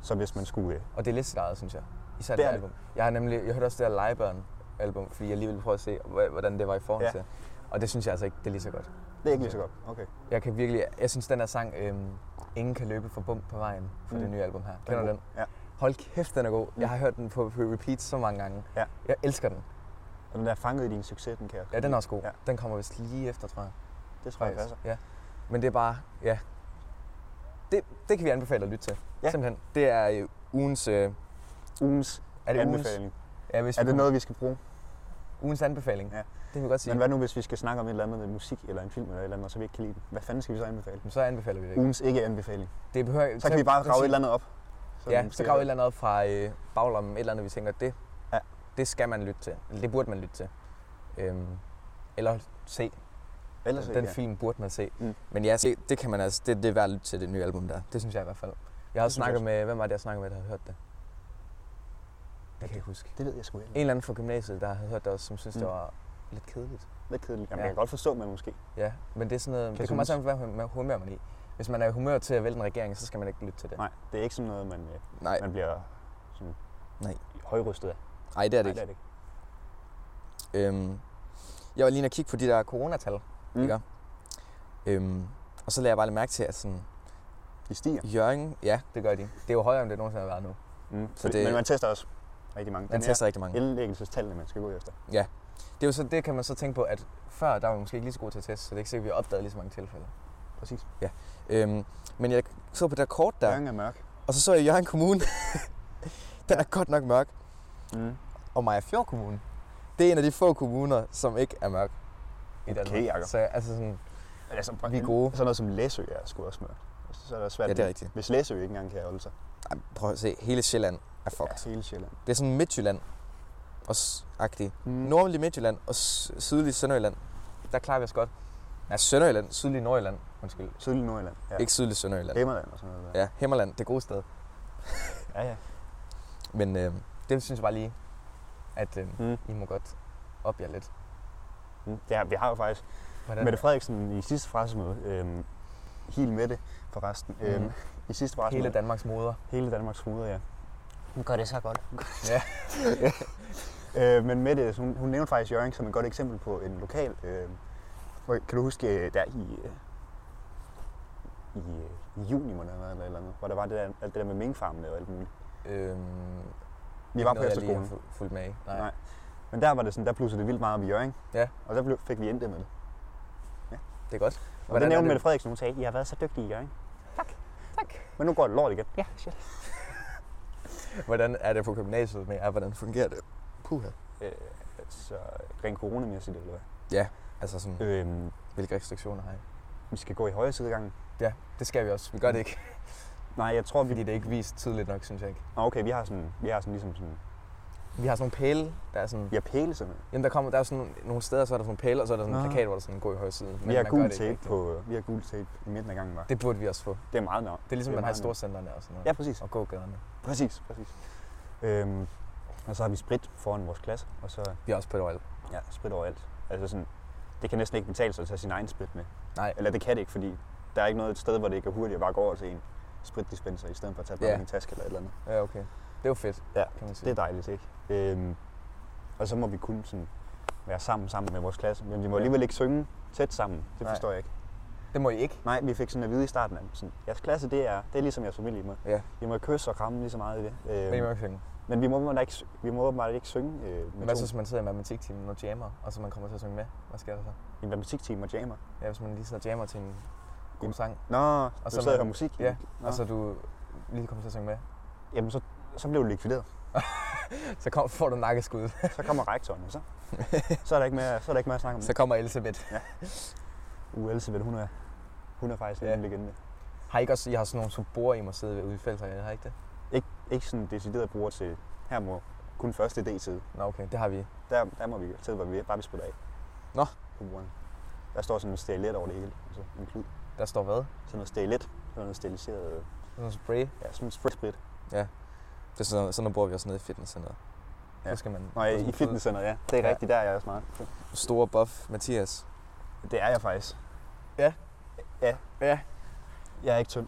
Så hvis man skulle... øh,
Og det er lidt sit eget, synes jeg. Især
Det
det, det
er det.
album. Jeg har nemlig, jeg hørte også det der Leibørn album, fordi jeg lige ville prøve at se, hva- hvordan det var i forhold ja.
Ja.
til. Og det synes jeg altså ikke, det er lige så godt.
Det er ikke lige så godt. Okay.
Jeg kan virkelig, jeg synes den der sang, øhm, Ingen kan løbe for bump på vejen, fra mm. det
Mm.
nye album her.
er
Kender du
god.
den?
Ja.
Hold kæft, den er god. Jeg har hørt den på på repeat så mange gange.
Ja.
Jeg elsker den.
Og den der fanget i din succes, den kan jeg
Ja, den er også god. Ja.
Ja.
Den kommer vist lige efter, tror jeg.
Det tror jeg passer.
Ja. Men det er bare, ja. Det, det kan vi anbefale at lytte til.
Ja.
Simpelthen. Det er øh, ugens... Øh, er
Ugens
det ugens?
anbefaling.
Ja, hvis
Er
vi
det
kunne-
noget, vi skal bruge?
Ugens anbefaling.
Ja.
Det kan vi godt sige.
Men hvad nu, hvis vi skal snakke om et eller andet med musik eller en film eller et eller andet, og så vi ikke kan lide den? Hvad fanden skal vi så anbefale?
Jamen, så anbefaler vi det ikke.
Ugens ikke anbefaling.
Det behøver,
Uh. Så kan vi bare grave et eller
andet.
andet op. Så
Ja, så grave et eller andet op fra øh, baglommen, et eller andet, vi tænker, det, ja.
Ja.
det skal man lytte til. Eller det burde man lytte til. Øhm, eller se.
Ellers
den
ikke, ja.
film burde man se. Mm.
Mm.
Men ja, se, det kan man altså, det, det er værd at lytte til det nye album der. Det synes jeg i hvert fald. Jeg har også
synes jeg
snakket
også.
med, hvem var det, jeg snakkede med, der havde hørt det? Jeg kan ikke huske.
Det ved jeg sgu
En
ikke.
eller anden fra gymnasiet, der havde hørt det også, som synes, mm. det
Mm.
var lidt kedeligt.
Lidt kedeligt. Jamen,
Ja.
jeg kan godt forstå, men måske.
Ja, men det er sådan noget,
Kan
det
jeg
kommer også an
synes.
på, hvad humør- humør man er i. Hvis man er i humør til at vælte en regering, så skal man ikke lytte til det.
Nej, det er ikke sådan noget, man, øh,
Nej,
man bliver sådan
Nej.
højrystet af.
nej det er det
Nej,
ikke.
det ikke.
Øhm, jeg var lige inde og kigge på de der coronatal, mm.
Mm.
ikke? Øhm, og så lagde jeg bare lidt mærke til, at sådan,
Mm. De stiger.
Jørgen, ja, det gør de. Det er jo højere, end det nogensinde har været nu.
Mm.
Så
Så
det-
det... Men man tester også rigtig mange.
Man
Den
tester rigtig mange.
er indlæggelsestallene, man skal gå efter.
Det er jo så, det kan man så tænke på, at før, der var vi måske ikke lige så gode til at teste, så det er ikke sikkert, at vi opdagede lige så mange tilfælde.
Præcis.
Øhm, men jeg så på det der kort
Der.
der,
Jørgen er mørk.
og så så jeg Jørgen Kommune. Den er godt nok mørk.
Mm.
Og Maja Fjord Kommune, det er en af de få kommuner, som ikke er mørk i Danmark.
Okay, Jacob.
så altså sådan,
Men altså,
Vi er gode.
Sådan noget som Læsø er sgu også mørkt. Altså, Så er det svært.
ja, det er rigtigt.
Hvis Læsø ikke engang kan holde sig.
Ej, prøv at se, hele Sjælland er fucked.
Ja, hele Sjælland.
Det er sådan Midtjylland og agtigt.
Mm.
Nordlig Midtjylland og s- sydlig Sønderjylland. Der klarer vi os godt. Nej, Sønderjylland. Sydlig Nordjylland, undskyld.
Sydlig Nordjylland. Ja.
Ja. Ikke sydlig Sønderjylland.
Himmerland og sådan noget. Der.
Ja, Himmerland, det gode sted.
ja, ja.
Men øh, det synes jeg bare lige, at øh,
Mm.
I må godt op jer lidt.
Mm. ja. vi har jo faktisk
Hvordan?
Mette Frederiksen i sidste pressemøde. Øhm, Hil Mette forresten. Mm. Øhm,
Mhm.
I sidste pressemøde.
Hele Danmarks moder.
hele Danmarks hoveder, ja.
Nu gør det så godt.
Øh, men Mette, hun, hun nævnte faktisk Jørgen som et godt eksempel på en lokal... Øh, hvor- kan du huske, øh, der i, øh, i, øh, i juni måned eller et eller andet, hvor der var det der, alt det der med minkfarmene og alt muligt.
Øhm,
Vi var på
noget, jeg lige har
efterskolen,
fu- fulgt med i. Nej. Nej.
Nej. men der var det sådan, der pludselig det vildt meget op i Jørgen.
Ja.
Og der blev, fik vi endt det med det.
Det er godt.
Og Hvordan det
er
nævnte Mette Frederiksen, hun sagde, I har været så dygtige i Jørgen.
Tak.
Men nu går det lort igen.
Ja, shit.
Hvordan er det på gymnasiet med jer? Hvordan fungerer det? Puha.
Øh, så rent coronamæssigt, eller hvad?
Altså sådan, øh.
Øh,
hvilke restriktioner har I?
vi skal gå i højre sidegangen.
Ja, det skal vi også. Vi gør det ikke,
Nej, jeg tror, vi...
fordi det er ikke vist tydeligt nok, synes jeg ikke.
Nå, okay, vi har sådan, vi har sådan ligesom sådan...
Vi har sådan nogle pæle, der er sådan...
Vi har pæle, simpelthen.
Jamen, der, kommer, der er sådan nogle steder, så er der sådan nogle pæle, og så er der sådan en
Nå.
plakat, hvor der er sådan en god i højre side.
Ah. Vi har
man gør
gul
det ikke
tape
rigtigt.
på, øh, vi har gul tape i midten af gangen, var. Det,
Det burde vi også få.
det er meget navn.
Det er ligesom,
Det er
man har i
meget nemt.
storcenterne og sådan noget.
Ja, præcis.
Og gågaderne.
Præcis, præcis. Øhm, og så har vi sprit foran vores klasse, og så
Vi er også på et øjel.
ja, sprit overalt. Altså sådan, det kan næsten ikke betale sig at tage sin egen sprit med.
Nej.
Eller det kan det ikke, fordi der er ikke noget et sted, hvor det ikke er hurtigt at bare gå over til en spritdispenser, i stedet for at tage bare
Ja.
yeah. en taske eller et eller andet.
Ja, okay. Det er jo fedt,
Ja,
kan man sige.
Det er dejligt, ikke? Øhm, og så må vi kun sådan være sammen sammen med vores klasse, men vi må
Ja.
alligevel ikke synge tæt sammen. Det
Nej.
forstår jeg ikke.
det må I ikke.
Nej, vi fik sådan at vide i starten, at sådan, jeres klasse, det er, det er ligesom jeres familie. I må,
Ja.
I må kysse og kramme lige så meget i det. Øh,
Men I må ikke synge.
Men vi må åbenbart ikke, sy- vi må åbenbart ikke synge øh, med
Hvad så,
to
hvis man sidder i matematiktimen og jammer, og så man kommer til at synge med? Hvad sker der så?
i matematiktimen og jammer.
Ja, hvis man lige sidder og jammer til en god
Jamen,
sang,
Nå, og du
så
sidder og
man-
hører musik.
ja,
Nå.
og så du lige kommer til at synge med.
Jamen, så så blev det likvideret.
Så kom, får du nakkeskud.
Så kommer rektoren, og så, så, er der ikke mere, så er der ikke mere at snakke om
Så
det.
kommer Elisabeth.
Uh, Elisabeth, hun er, hun er faktisk
Ja.
lidt en legende.
Har I ikke også, I har sådan nogle suborer, I må sidde ved ude i feltræet, har I ikke det?
Ikke sådan decideret bruger til, her må kun første D-side.
Nå, okay, det har vi.
Der, der må vi til, hvor vi er, bare vi spiller af.
Nå.
På bordene. Der står sådan en sterilet over det hele, altså en klud.
Der står hvad?
Sådan noget sterilet, sådan noget steriliseret, øh,
Sådan en spray.
ja, sådan en sprit.
Det er sådan, noget- sådan noget bruger vi også nede i fitnesscenteret.
Ja.
Ja. Så skal man...
Nå,
sådan
i, i
en
fitnesscenteret, ja. Det er
Ja.
rigtigt, der er jeg også meget.
fed- Store buff, Mathias.
Det er jeg faktisk.
Ja.
Ja.
Ja.
Jeg er ikke tynd.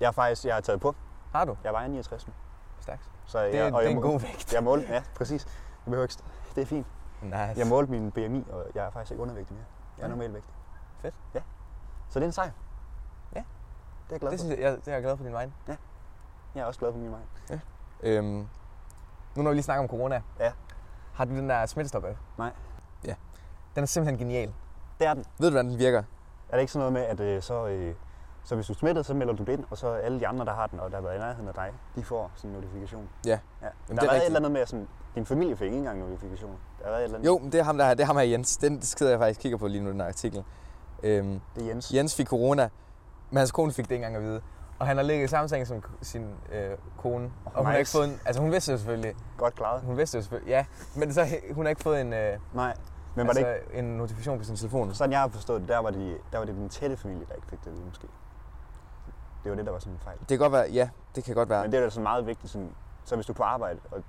Jeg er faktisk, jeg har taget på.
Har du?
Jeg vejer 69 nu.
Stærkt.
Så
Det,
jeg,
ja, det er
jeg,
en
må-
god vægt.
Jeg målte, ja, præcis. Jeg behøver ikke, st- det er fint.
Nice.
Jeg målte min BMI, og jeg er faktisk ikke undervægtig mere. Jeg er
Ja.
normal vægt.
Fedt.
Ja. Så det er en sejr.
Ja.
Det er jeg glad
det,
for.
synes jeg, jeg, det er jeg glad for din vej.
Jeg er også glad for min vej.
Øhm, nu når vi lige snakker om corona.
Ja.
Har du den der smittestop -app?
Nej.
Ja. Den er simpelthen genial.
Det er den.
Ved du, hvordan den virker?
Er det ikke sådan noget med, at øh, så, øh, så hvis du er smittet, så melder du det ind, og så alle de andre, der har den, og der har været i nærheden af dig, de får sådan en notifikation.
Ja.
ja.
det
der har
er
været et
rigtigt.
eller andet med, at sådan, din familie fik ikke engang notifikationer. Der har været et eller andet.
Jo, men det er ham der her, det er ham her Jens. Den sidder jeg faktisk kigger på lige nu, den her artikel. Øhm,
Det er Jens.
Jens fik corona, men hans kone fik det ikke engang at vide. Og han har ligget i samme seng som k- sin øh, kone.
Åh,
og hun har ikke
nice.
fået en, altså hun vidste jo selvfølgelig,
Godt klaret.
hun vidste jo selvfølgelig, ja. Men så he- hun har ikke fået en, øh,
Nej. Men var altså, det
altså, en notifikation på sin telefon.
ikke, sådan jeg har forstået det, der var, de, der var det den tætte familie, der ikke fik det at vide, måske. Det var det, der var sådan en fejl.
Det kan godt være, ja, det kan godt være.
Men det er da sådan meget vigtigt, sådan, så hvis du er på arbejde, og,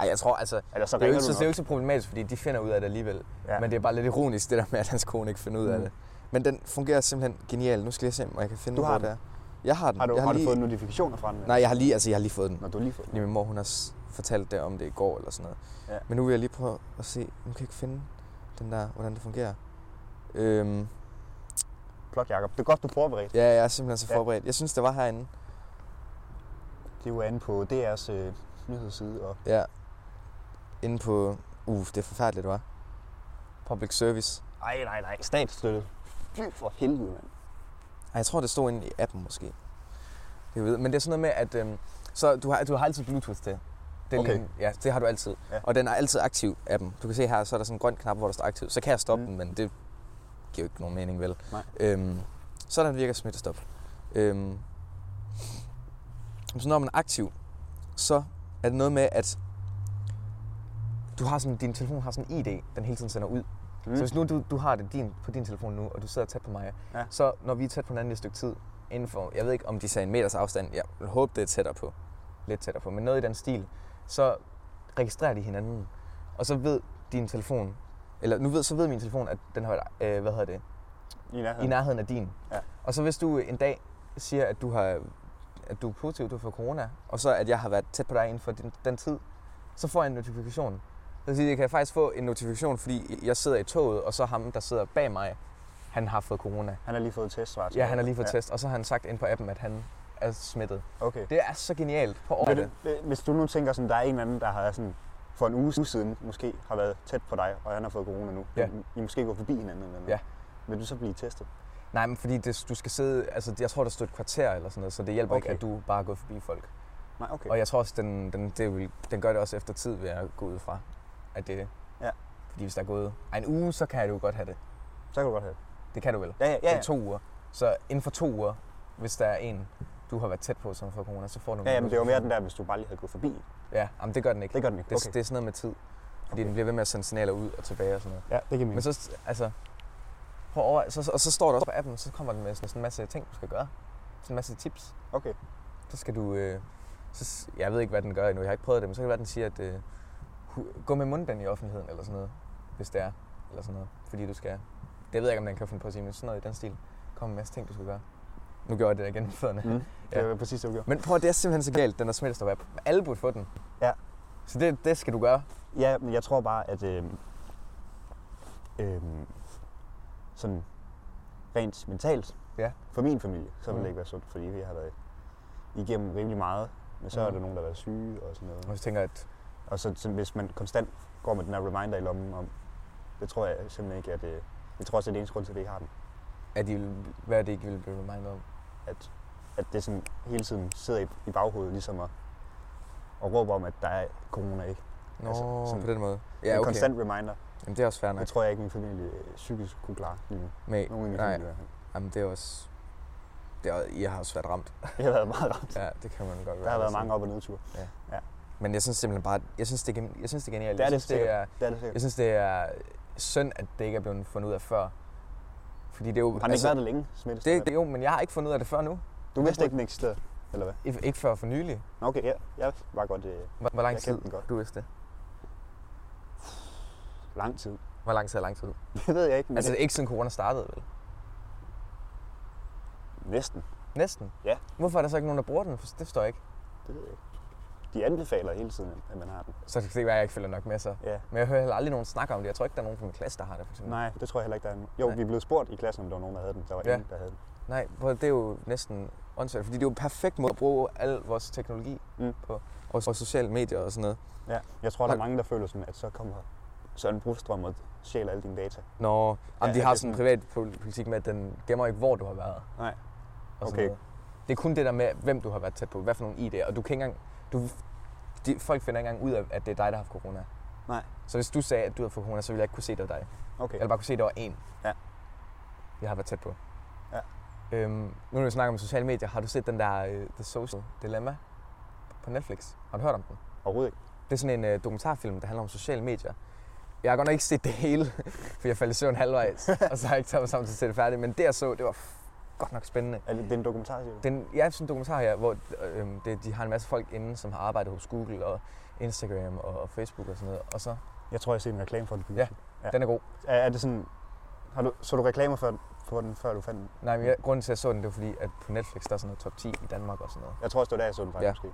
Ej, jeg tror altså,
eller så
det er, jo
ringer
ikke, så, det er
du
jo
nok.
ikke så problematisk, fordi de finder ud af det alligevel.
Ja.
Ja. Men det er bare lidt ironisk, det der med, at hans kone ikke finder ud af
Mm.
det. Men den fungerer simpelthen genialt. Nu skal jeg se, om jeg kan finde
Du
ud af,
har
hvor det er. Jeg har den.
Har du,
jeg
har, har
lige...
du fået notifikationer fra den?
Nej, jeg har lige, altså, jeg har lige fået den.
Når du har lige fået den.
Fordi min mor, hun har s- fortalt det om det i går eller sådan noget.
Ja.
Men nu vil jeg lige prøve at se, nu kan jeg ikke finde den der, hvordan det fungerer. Øhm,
Plot, Jacob. Det er godt, du er forberedt.
ja, jeg er simpelthen så
Ja.
forberedt. Jeg synes, det var herinde.
Det er jo inde på DR's øh, nyhedsside, og
Ja. Inde på, uh, det er forfærdeligt, var. Public service.
Ej, nej, nej. Statsstøttet. Fy for helvede, mand.
Ej, jeg tror, det stod inde i appen måske. Det ved. jeg. Men det er sådan noget med, at øhm, så du, har, du har altid Bluetooth til. Det er
Okay.
lige- ja, det har du altid.
Ja.
Ja. Og den er altid aktiv, appen. Du kan se her, så er der sådan en grøn knap, hvor der står aktiv. Så kan jeg stoppe
Mm.
mm. den, men det giver jo ikke nogen mening, vel?
Nej.
Øhm, sådan virker smittestop. Øhm, så når man er aktiv, så er det noget med, at du har sådan, din telefon har sådan en ID, den hele tiden sender ud.
Mm.
Så hvis nu du, du har det din, på din telefon nu, og du sidder tæt på mig,
Ja.
ja. så når vi er tæt på hinanden i et stykke tid, inden for, jeg ved ikke om de sagde en meters afstand, jeg vil håbe det er tættere på, lidt tættere på, men noget i den stil, så registrerer de hinanden. Og så ved din telefon, eller nu ved, så ved min telefon, at den har været, øh, hvad hedder det,
I
i
nærheden.
nærheden af din.
Ja.
Og så hvis du en dag siger, at du, har, at du er positiv, du har fået corona, og så at jeg har været tæt på dig inden for den, den tid, så får jeg en notifikation. Så vil sige, jeg kan faktisk få en notifikation, fordi jeg sidder i toget, og så ham, der sidder bag mig, han har fået corona.
Han har lige fået testsvar.
Ja, han har lige fået
ja.
ja. test, og så har han sagt ind på appen, at han er smittet.
Okay.
Det er så genialt på
Vil
året.
du, øh, hvis du nu tænker, sådan, der er en eller anden, der har sådan, for en uge siden måske har været tæt på dig, og han har fået corona nu.
Ja.
I måske går forbi hinanden eller noget.
Ja.
Vil du så blive testet?
Nej, men fordi det, du skal sidde, altså jeg tror, der stod et kvarter eller sådan noget, så det hjælper okay.
Okay.
ikke, at du bare er gået forbi folk.
Nej, okay.
Og jeg tror også, den, den, det vil, den gør det også efter tid, vil jeg gå ud fra, at det er det.
Ja.
Fordi hvis der er gået ej, en uge, så kan du godt have det.
Så kan du godt have det.
Det kan du vel?
Ja, ja, ja.
Det er to uger. Så inden for to uger, hvis der er en, du har været tæt på, som får corona, så får du en
Ja, ja, men det var mere den
notifikation.
der, hvis du bare lige havde gået forbi.
Ja, jamen, det gør den ikke.
Det gør den ikke.
Det,
Okay.
det, er sådan noget med tid. Fordi den bliver ved med at sende signaler ud og tilbage og sådan noget.
Ja, det kan
Men så, altså, på over, så, og så står der også på appen, så kommer den med sådan, sådan en masse ting, du skal gøre. Sådan en masse tips.
Okay.
Så skal du... Øh, så, s- jeg ved ikke, hvad den gør endnu. Jeg har ikke prøvet det, men så kan det være, den siger, at øh, hu- gå med mundbind i offentligheden, eller sådan noget, hvis det er. Eller sådan noget. Fordi du skal... Det ved jeg ikke, om den kan finde på at sige, men sådan noget i den stil. Kom med en masse ting, du skal gøre. Nu gjorde jeg det der igen med fødderne.
Mm.
Ja.
Det var præcis det, du gjorde.
Men prøv at det er simpelthen så galt, den der smittestop app. Alle burde få den.
Ja.
Så det, det skal du gøre.
Ja, men jeg tror bare, at øh, øh, sådan rent mentalt,
Ja.
for min familie, så vil
Mm.
det ikke være sundt, fordi vi har været igennem rimelig meget, men så mm. er
Mm.
der nogen, der har været syge og sådan
Og
noget.
så tænker jeg, at
Og så, så hvis man konstant går med den her reminder i lommen om, det tror jeg simpelthen ikke, at det, jeg tror også, det er den eneste grund til, at vi ikke har den.
at de vil, hvad det ikke vil blive mindet om.
At, at det sådan hele tiden sidder i, i baghovedet, ligesom at, og råber om, at der er corona ikke.
Nå,
Altså,
altså,
sådan
på den måde.
en
Ja, okay.
konstant reminder.
Jamen, det er også fair nok.
Det tror jeg ikke, min familie øh, psykisk kunne klare lige nu.
Men,
Nogen i min
nej.
familie i hvert fald.
jamen, det er også... Det er, I har også været ramt.
Jeg har været meget ramt.
Ja, det kan man godt
Der har været
altså.
mange op- og nedture.
Men jeg synes simpelthen bare, jeg synes det er, gen- jeg synes det er genialt.
Det er
Jeg
det
synes, det er,
Det er det sikkert.
jeg synes det er synd, at det ikke er blevet fundet ud af før. Fordi det er jo... altså,
Har den ikke været der længe, smitte?
det, det, er jo, men jeg har ikke fundet ud af det før nu.
du vidste ikke, den eksisterede, eller hvad?
Ik- Ikke før for nylig.
Nå, okay, ja. jeg var godt øh,
Hvor, hvor lang
Jeg
tid
kendte den godt.
du vidste det?
lang tid.
Hvor lang tid er lang tid?
Det ved jeg ikke, men
Altså
altså,
det er ikke siden corona startede, vel?
næsten.
Næsten?
Ja.
Hvorfor er der så ikke nogen, der bruger den? For det står ikke.
Det ved jeg ikke. De anbefaler hele tiden, at man har den.
Så det kan det være, at jeg ikke følger nok med så.
Ja.
Men jeg hører heller aldrig nogen snakke om det. Jeg tror ikke, der er nogen fra min klasse, der har det, for eksempel.
Nej, det tror jeg heller ikke, der er nu. Jo,
Nej.
vi er blevet spurgt i klassen, om der var nogen, der havde den. Der var
Ja.
ingen, der havde den.
Nej, prøv at- det er jo næsten åndssvagt, fordi det er jo en perfekt måde at bruge al vores teknologi
Mm.
mm. på, og, og sociale medier og sådan noget.
Ja, jeg tror, der er
Nej.
mange, der føler sådan, at så kommer Søren Brostrøm og stjæler alle dine data.
Nå,
Ja,
jamen, de
ja,
har
det er
sådan en privat pol- politik med, at den gemmer ikke, hvor du har været.
Nej.
Og sådan
Okay.
noget. Det er kun det der med, hvem du har været tæt på, hvad for nogle ID'er, og du kan ikke engang, du, de, folk finder ikke engang ud af, at det er dig, der har haft corona.
Nej.
Så hvis du sagde, at du havde fået corona, så ville jeg ikke kunne se, det var dig.
Okay.
Eller bare kunne se, at det var en.
Ja.
Jeg har været tæt på.
Ja.
Øhm, nu når vi snakker om sociale medier, har du set den der uh, The Social Dilemma på Netflix? Har du hørt om den?
Overhovedet ikke.
Det er sådan en øh, dokumentarfilm, der handler om sociale medier. Jeg har godt nok ikke set det hele, for jeg faldt i søvn halvvejs, og så har jeg ikke taget mig sammen til at se det færdigt. Men det jeg så, det var f- godt nok spændende.
Er det, det er en dokumentar, siger du?
Den, ja, sådan en dokumentar her, hvor øh, det, de har en masse folk inde, som har arbejdet hos Google og Instagram og, og Facebook og sådan noget. Og så,
Jeg tror, jeg ser en reklame for den.
Ja.
Ja.
ja. den er god.
Er, er det sådan... Har du, så du reklamer for, for den, før du fandt den?
Nej, men jeg, grunden til, at jeg så den, det var fordi, at på Netflix, der er sådan noget top 10 i Danmark og sådan noget.
Jeg tror også, det var der, jeg så den faktisk.
Ja.
Måske.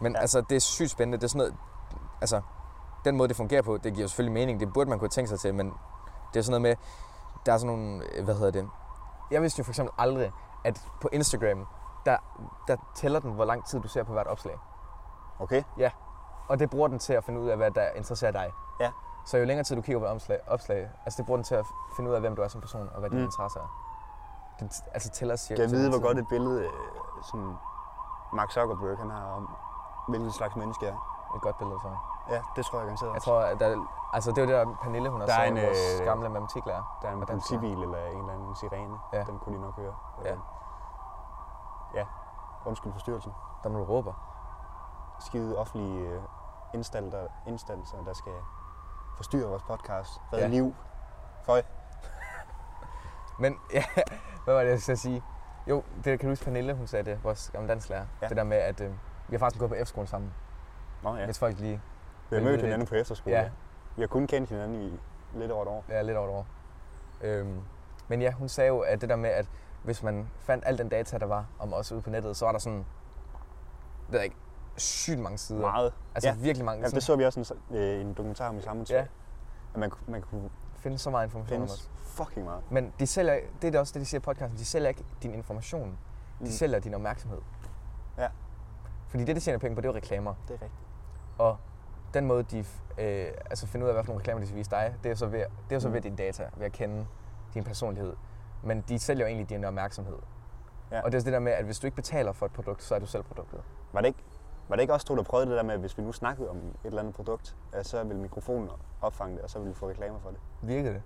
Men
Ja.
ja. altså, det er sygt spændende. Det er sådan noget, altså, den måde, det fungerer på, det giver jo selvfølgelig mening. Det burde man kunne tænke sig til, men det er sådan noget med, der er sådan nogle, øh, hvad hedder det? Jeg vidste jo for eksempel aldrig, at på Instagram, der, der tæller den, hvor lang tid du ser på hvert opslag.
Okay.
Og det bruger den til at finde ud af, hvad der interesserer dig.
Ja.
Så jo længere tid du kigger på et opslag, opslag, altså det bruger den til at finde ud af, hvem du er som person, og hvad dine
Mm.
mm. interesser er. Den t- altså tæller cirka.
Kan jeg vide, hvor
tiden.
godt et billede, øh, sådan Mark Zuckerberg han har om, hvilken slags menneske jeg er?
Et godt billede for mig.
Ja, det tror jeg garanteret.
Jeg tror, at der, altså det er jo det, der Pernille, hun har
Der er
sagt,
en,
vores
øh,
gamle matematiklærer.
der er en
hvordan skal-
politibil eller en eller anden sirene.
Ja.
Den kunne de nok høre.
Ja.
Øhm, ja. Undskyld forstyrrelsen.
Der må du råbe.
Skide offentlige øh, instanser, instanser, der skal forstyrre vores podcast. Redde
Ja.
liv. Føj.
Men ja, hvad var det, jeg skulle sige? Jo, det kan du huske, Pernille, hun sagde det, vores gamle dansklærer.
Ja.
Ja. Det der med, at øh, vi har faktisk gået på F-skolen sammen,
Nå ja.
ja. hvis folk lige
Vi har
vil
mødt
vide
hinanden på efterskole.
Ja.
Vi har kun kendt hinanden i lidt over et år.
er lidt over et år. Øhm, men ja, hun sagde jo, at det der med, at hvis man fandt al den data, der var om os ude på nettet, så var der sådan, det ved jeg ikke, sygt mange sider.
Meget.
Altså
Ja.
virkelig mange.
Jamen, det
sådan,
så vi også en, øh, en dokumentar om i samme
ja,
At man, kunne- man kunne
finde så meget information
finde
om os.
fucking meget.
Men de sælger, det er da også det, de siger i podcasten, de sælger ikke din information, de
Mm.
sælger din opmærksomhed.
Ja.
Fordi det, de tjener penge på, det er jo reklamer.
Det er rigtigt.
Og den måde, de øh, altså finder ud af, hvilke reklamer de skal vise dig, det er så ved, det er så
Mm.
ved dine data, ved at kende din personlighed. Men de sælger jo egentlig din opmærksomhed.
Ja.
Ja. Og det er det der med, at hvis du ikke betaler for et produkt, så er du selv produktet.
Var det ikke, var det ikke også to, der prøvede det der med, at hvis vi nu snakkede om et eller andet produkt, at så ville mikrofonen opfange det, og så ville vi få reklamer for det?
Virkede det?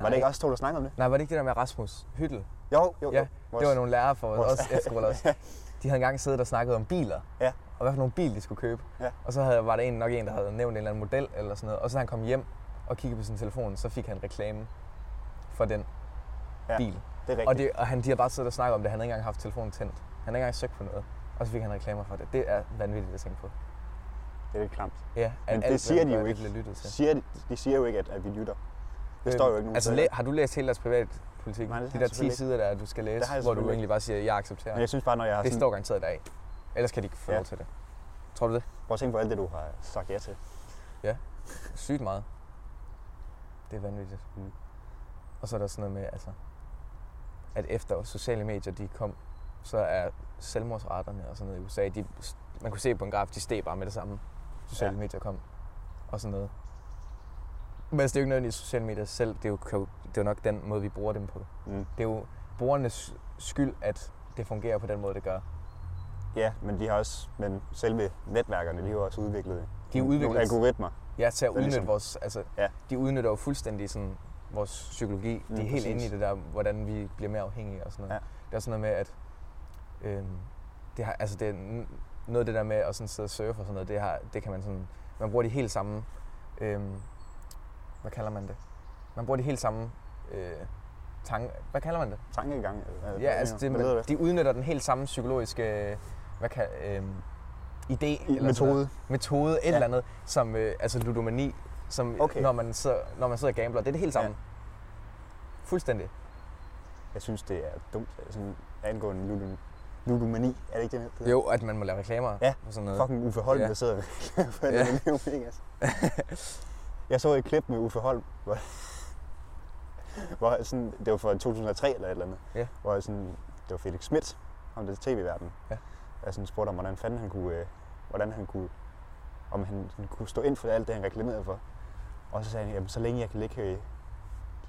Var det ikke også to, der snakkede om det?
Nej, var det ikke det der med Rasmus Hyttel?
Jo, jo, jo.
Ja, det var nogle lærere for
vores-
os efterskole også. De havde engang siddet og snakket om biler.
Ja.
Og hvad for nogle bil de skulle købe.
Ja.
Og så havde, var der en, nok en, der havde nævnt en eller anden model eller sådan noget. Og så da han kom hjem og kiggede på sin telefon, så fik han reklame for den
Ja,
bil.
Det er rigtigt.
Og, det, og han, de har bare siddet og snakket om det. Han har ikke engang haft telefonen tændt. Han har ikke engang søgt på noget. Og så fik han reklamer for det. Det er vanvittigt at tænke på.
det er lidt klamt.
Ja,
Men det
alt, hvad
siger
vi
de
gør,
jo
det
ikke.
Bliver lyttet til.
Siger de, de siger jo ikke, at, at vi lytter. Det står jo ikke nogen
altså,
steder.
læ- har du læst hele deres privatpolitik?
Nej, det har
de
jeg
der 10
selvfølgelig
sider, der er, du skal
Det
læse,
har jeg
hvor du
selvfølgelig
egentlig bare siger, jeg accepterer.
Men jeg synes bare, når jeg har
det
sådan,
står garanteret der af. Ellers kan de ikke få
Ja.
lov til det. Tror du det?
prøv at tænke på alt det, du har sagt ja til.
Sygt meget. Det er vanvittigt.
Mm.
Mm. Og så er der sådan noget med, altså, at efter sociale medier de kom, så er selvmordsraterne og sådan noget i USA, de, man kunne se på en graf, de steg bare med det samme. Sociale
Ja.
ja. medier kom og sådan noget. Men altså, det er jo ikke noget i sociale medier selv, det er, jo, kan jo- det er jo nok den måde, vi bruger dem på.
Mm.
Det er jo brugernes skyld, at det fungerer på den måde, det gør.
Ja, men de har også, men selve netværkerne, de har også udviklet
De er
Mm. nogle
udviklet
algoritmer.
ja, til
der
at
er
udnytte
ligesom-
ligesom, vores... Altså,
Ja.
ja. De udnytter jo fuldstændig sådan, vores psykologi. De er helt
præcis.
inde i det der, hvordan vi bliver mere afhængige og sådan
Ja.
noget. Ja. Det er sådan noget med, at... Øhm, det har, altså, det er n- noget af det der med at sådan sidde og surfe og sådan noget, det, har, det kan man sådan... Man bruger de helt samme... Øhm, hvad kalder man det? Man bruger de helt samme... Øh, tanke, hvad kalder man det?
Tankegang. øh,
Ja, altså det,
hvad hedder
man, de udnytter den helt samme psykologiske øh, hvad kan, øh, idé,
I,
eller sådan noget.
metode.
metode, et
Ja.
ja. eller andet, som øh, altså ludomani, som
Okay.
okay. når, man sidder, når man sidder og gambler. Det er det helt
Ja.
samme. Ja. Fuldstændig.
Jeg synes, det er dumt, sådan angående ludom, ludomani. Er det ikke det, det hedder?
Jo, at man må lave reklamer
Ja.
og sådan noget.
Fucking Uffe Holm,
Ja.
der sidder og reklamer for
Ja.
det. Det er jo mega altså. Jeg så et klip med Uffe Holm, hvor, hvor sådan, det var fra 2003 eller et eller andet,
Ja.
hvor sådan, det var Felix Schmidt, om det tv-verden.
Ja.
Jeg sådan spurgte om, hvordan fanden han kunne, øh, hvordan han kunne, om han, sådan kunne stå ind for alt det, han reklamerede for. Og så sagde han, jamen, så længe jeg kan ligge her i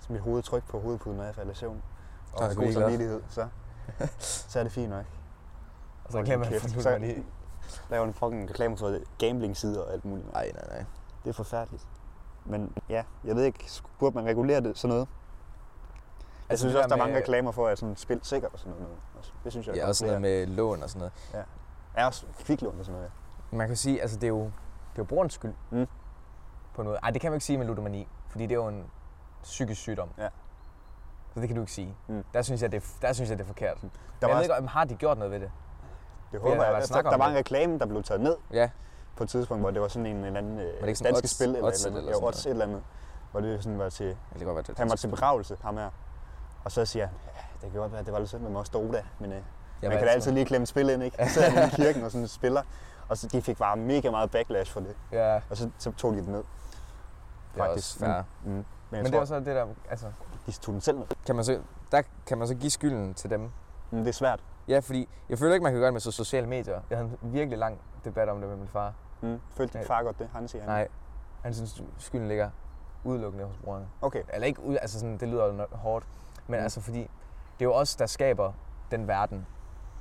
mit hoved tryk på hovedpuden, når jeg falder i søvn,
Så er
og
det
god
ligeglad.
samvittighed, så, så er det fint nok.
Og så Altså, reklamer man
Kæft,
for
så-
ludomani.
laver en fucking reklame for gambling-sider og alt muligt.
Nej, nej, nej.
Det er forfærdeligt. Men ja, jeg ved ikke, burde man regulere det sådan noget? Jeg altså,
Altså,
synes
det
også, der
der
er mange
med-
reklamer for at sådan spil sikkert og sådan noget. Også. Det synes jeg,
Ja,
der
også sådan
er
noget med lån og sådan noget.
flere. Ja, også kviklån og sådan noget.
Man kan sige, altså det er jo, det er jo brugerens skyld.
Mm.
På noget. Ej, det kan man ikke sige med ludomani, fordi det er jo en psykisk sygdom.
Ja.
Så det kan du ikke sige.
Mm.
Der, synes jeg, det er, der synes jeg, det er forkert.
Der
Der var jeg
var,
ved ikke, om har de gjort noget ved det?
det håber
der
jeg,
var
at der,
snak om
der var en
det.
reklame, der blev taget ned
Ja.
på et tidspunkt, hvor det var sådan en, en eller anden øh,
det ikke sådan
danske
odds-
spil eller, et
oddset
eller, andet.
eller
Ja,
sådan
odds et eller andet. Hvor det sådan var til,
Det kan godt være, det
han var til begravelse, ham her. Og så siger han, ja, det kan godt være, det var lidt synd med Moster Oda, men øh,
Jeg
man kan da altid lige klemme et spil ind, ikke? Så er han i kirken og sådan spiller. Og så de fik bare mega meget backlash for det.
Ja,
Og så, så tog de det ned.
det er også fair. Mm.
Mm. Mm. Men, jeg
Men det
tror,
er også det der, altså,
de tog den selv ned.
kan man så, der kan man så give skylden til dem.
Men det er svært.
Ja, fordi jeg føler ikke, man kan gøre det med så sociale medier. Jeg havde en virkelig lang debat om det med min far.
Mm. Følte din
Ja.
far godt det? Han siger han.
Nej, han synes, skylden ligger udelukkende hos brugerne.
Okay.
Eller ikke ud, altså sådan, det lyder jo no- hårdt, men
Mm.
altså fordi, det er jo os, der skaber den verden,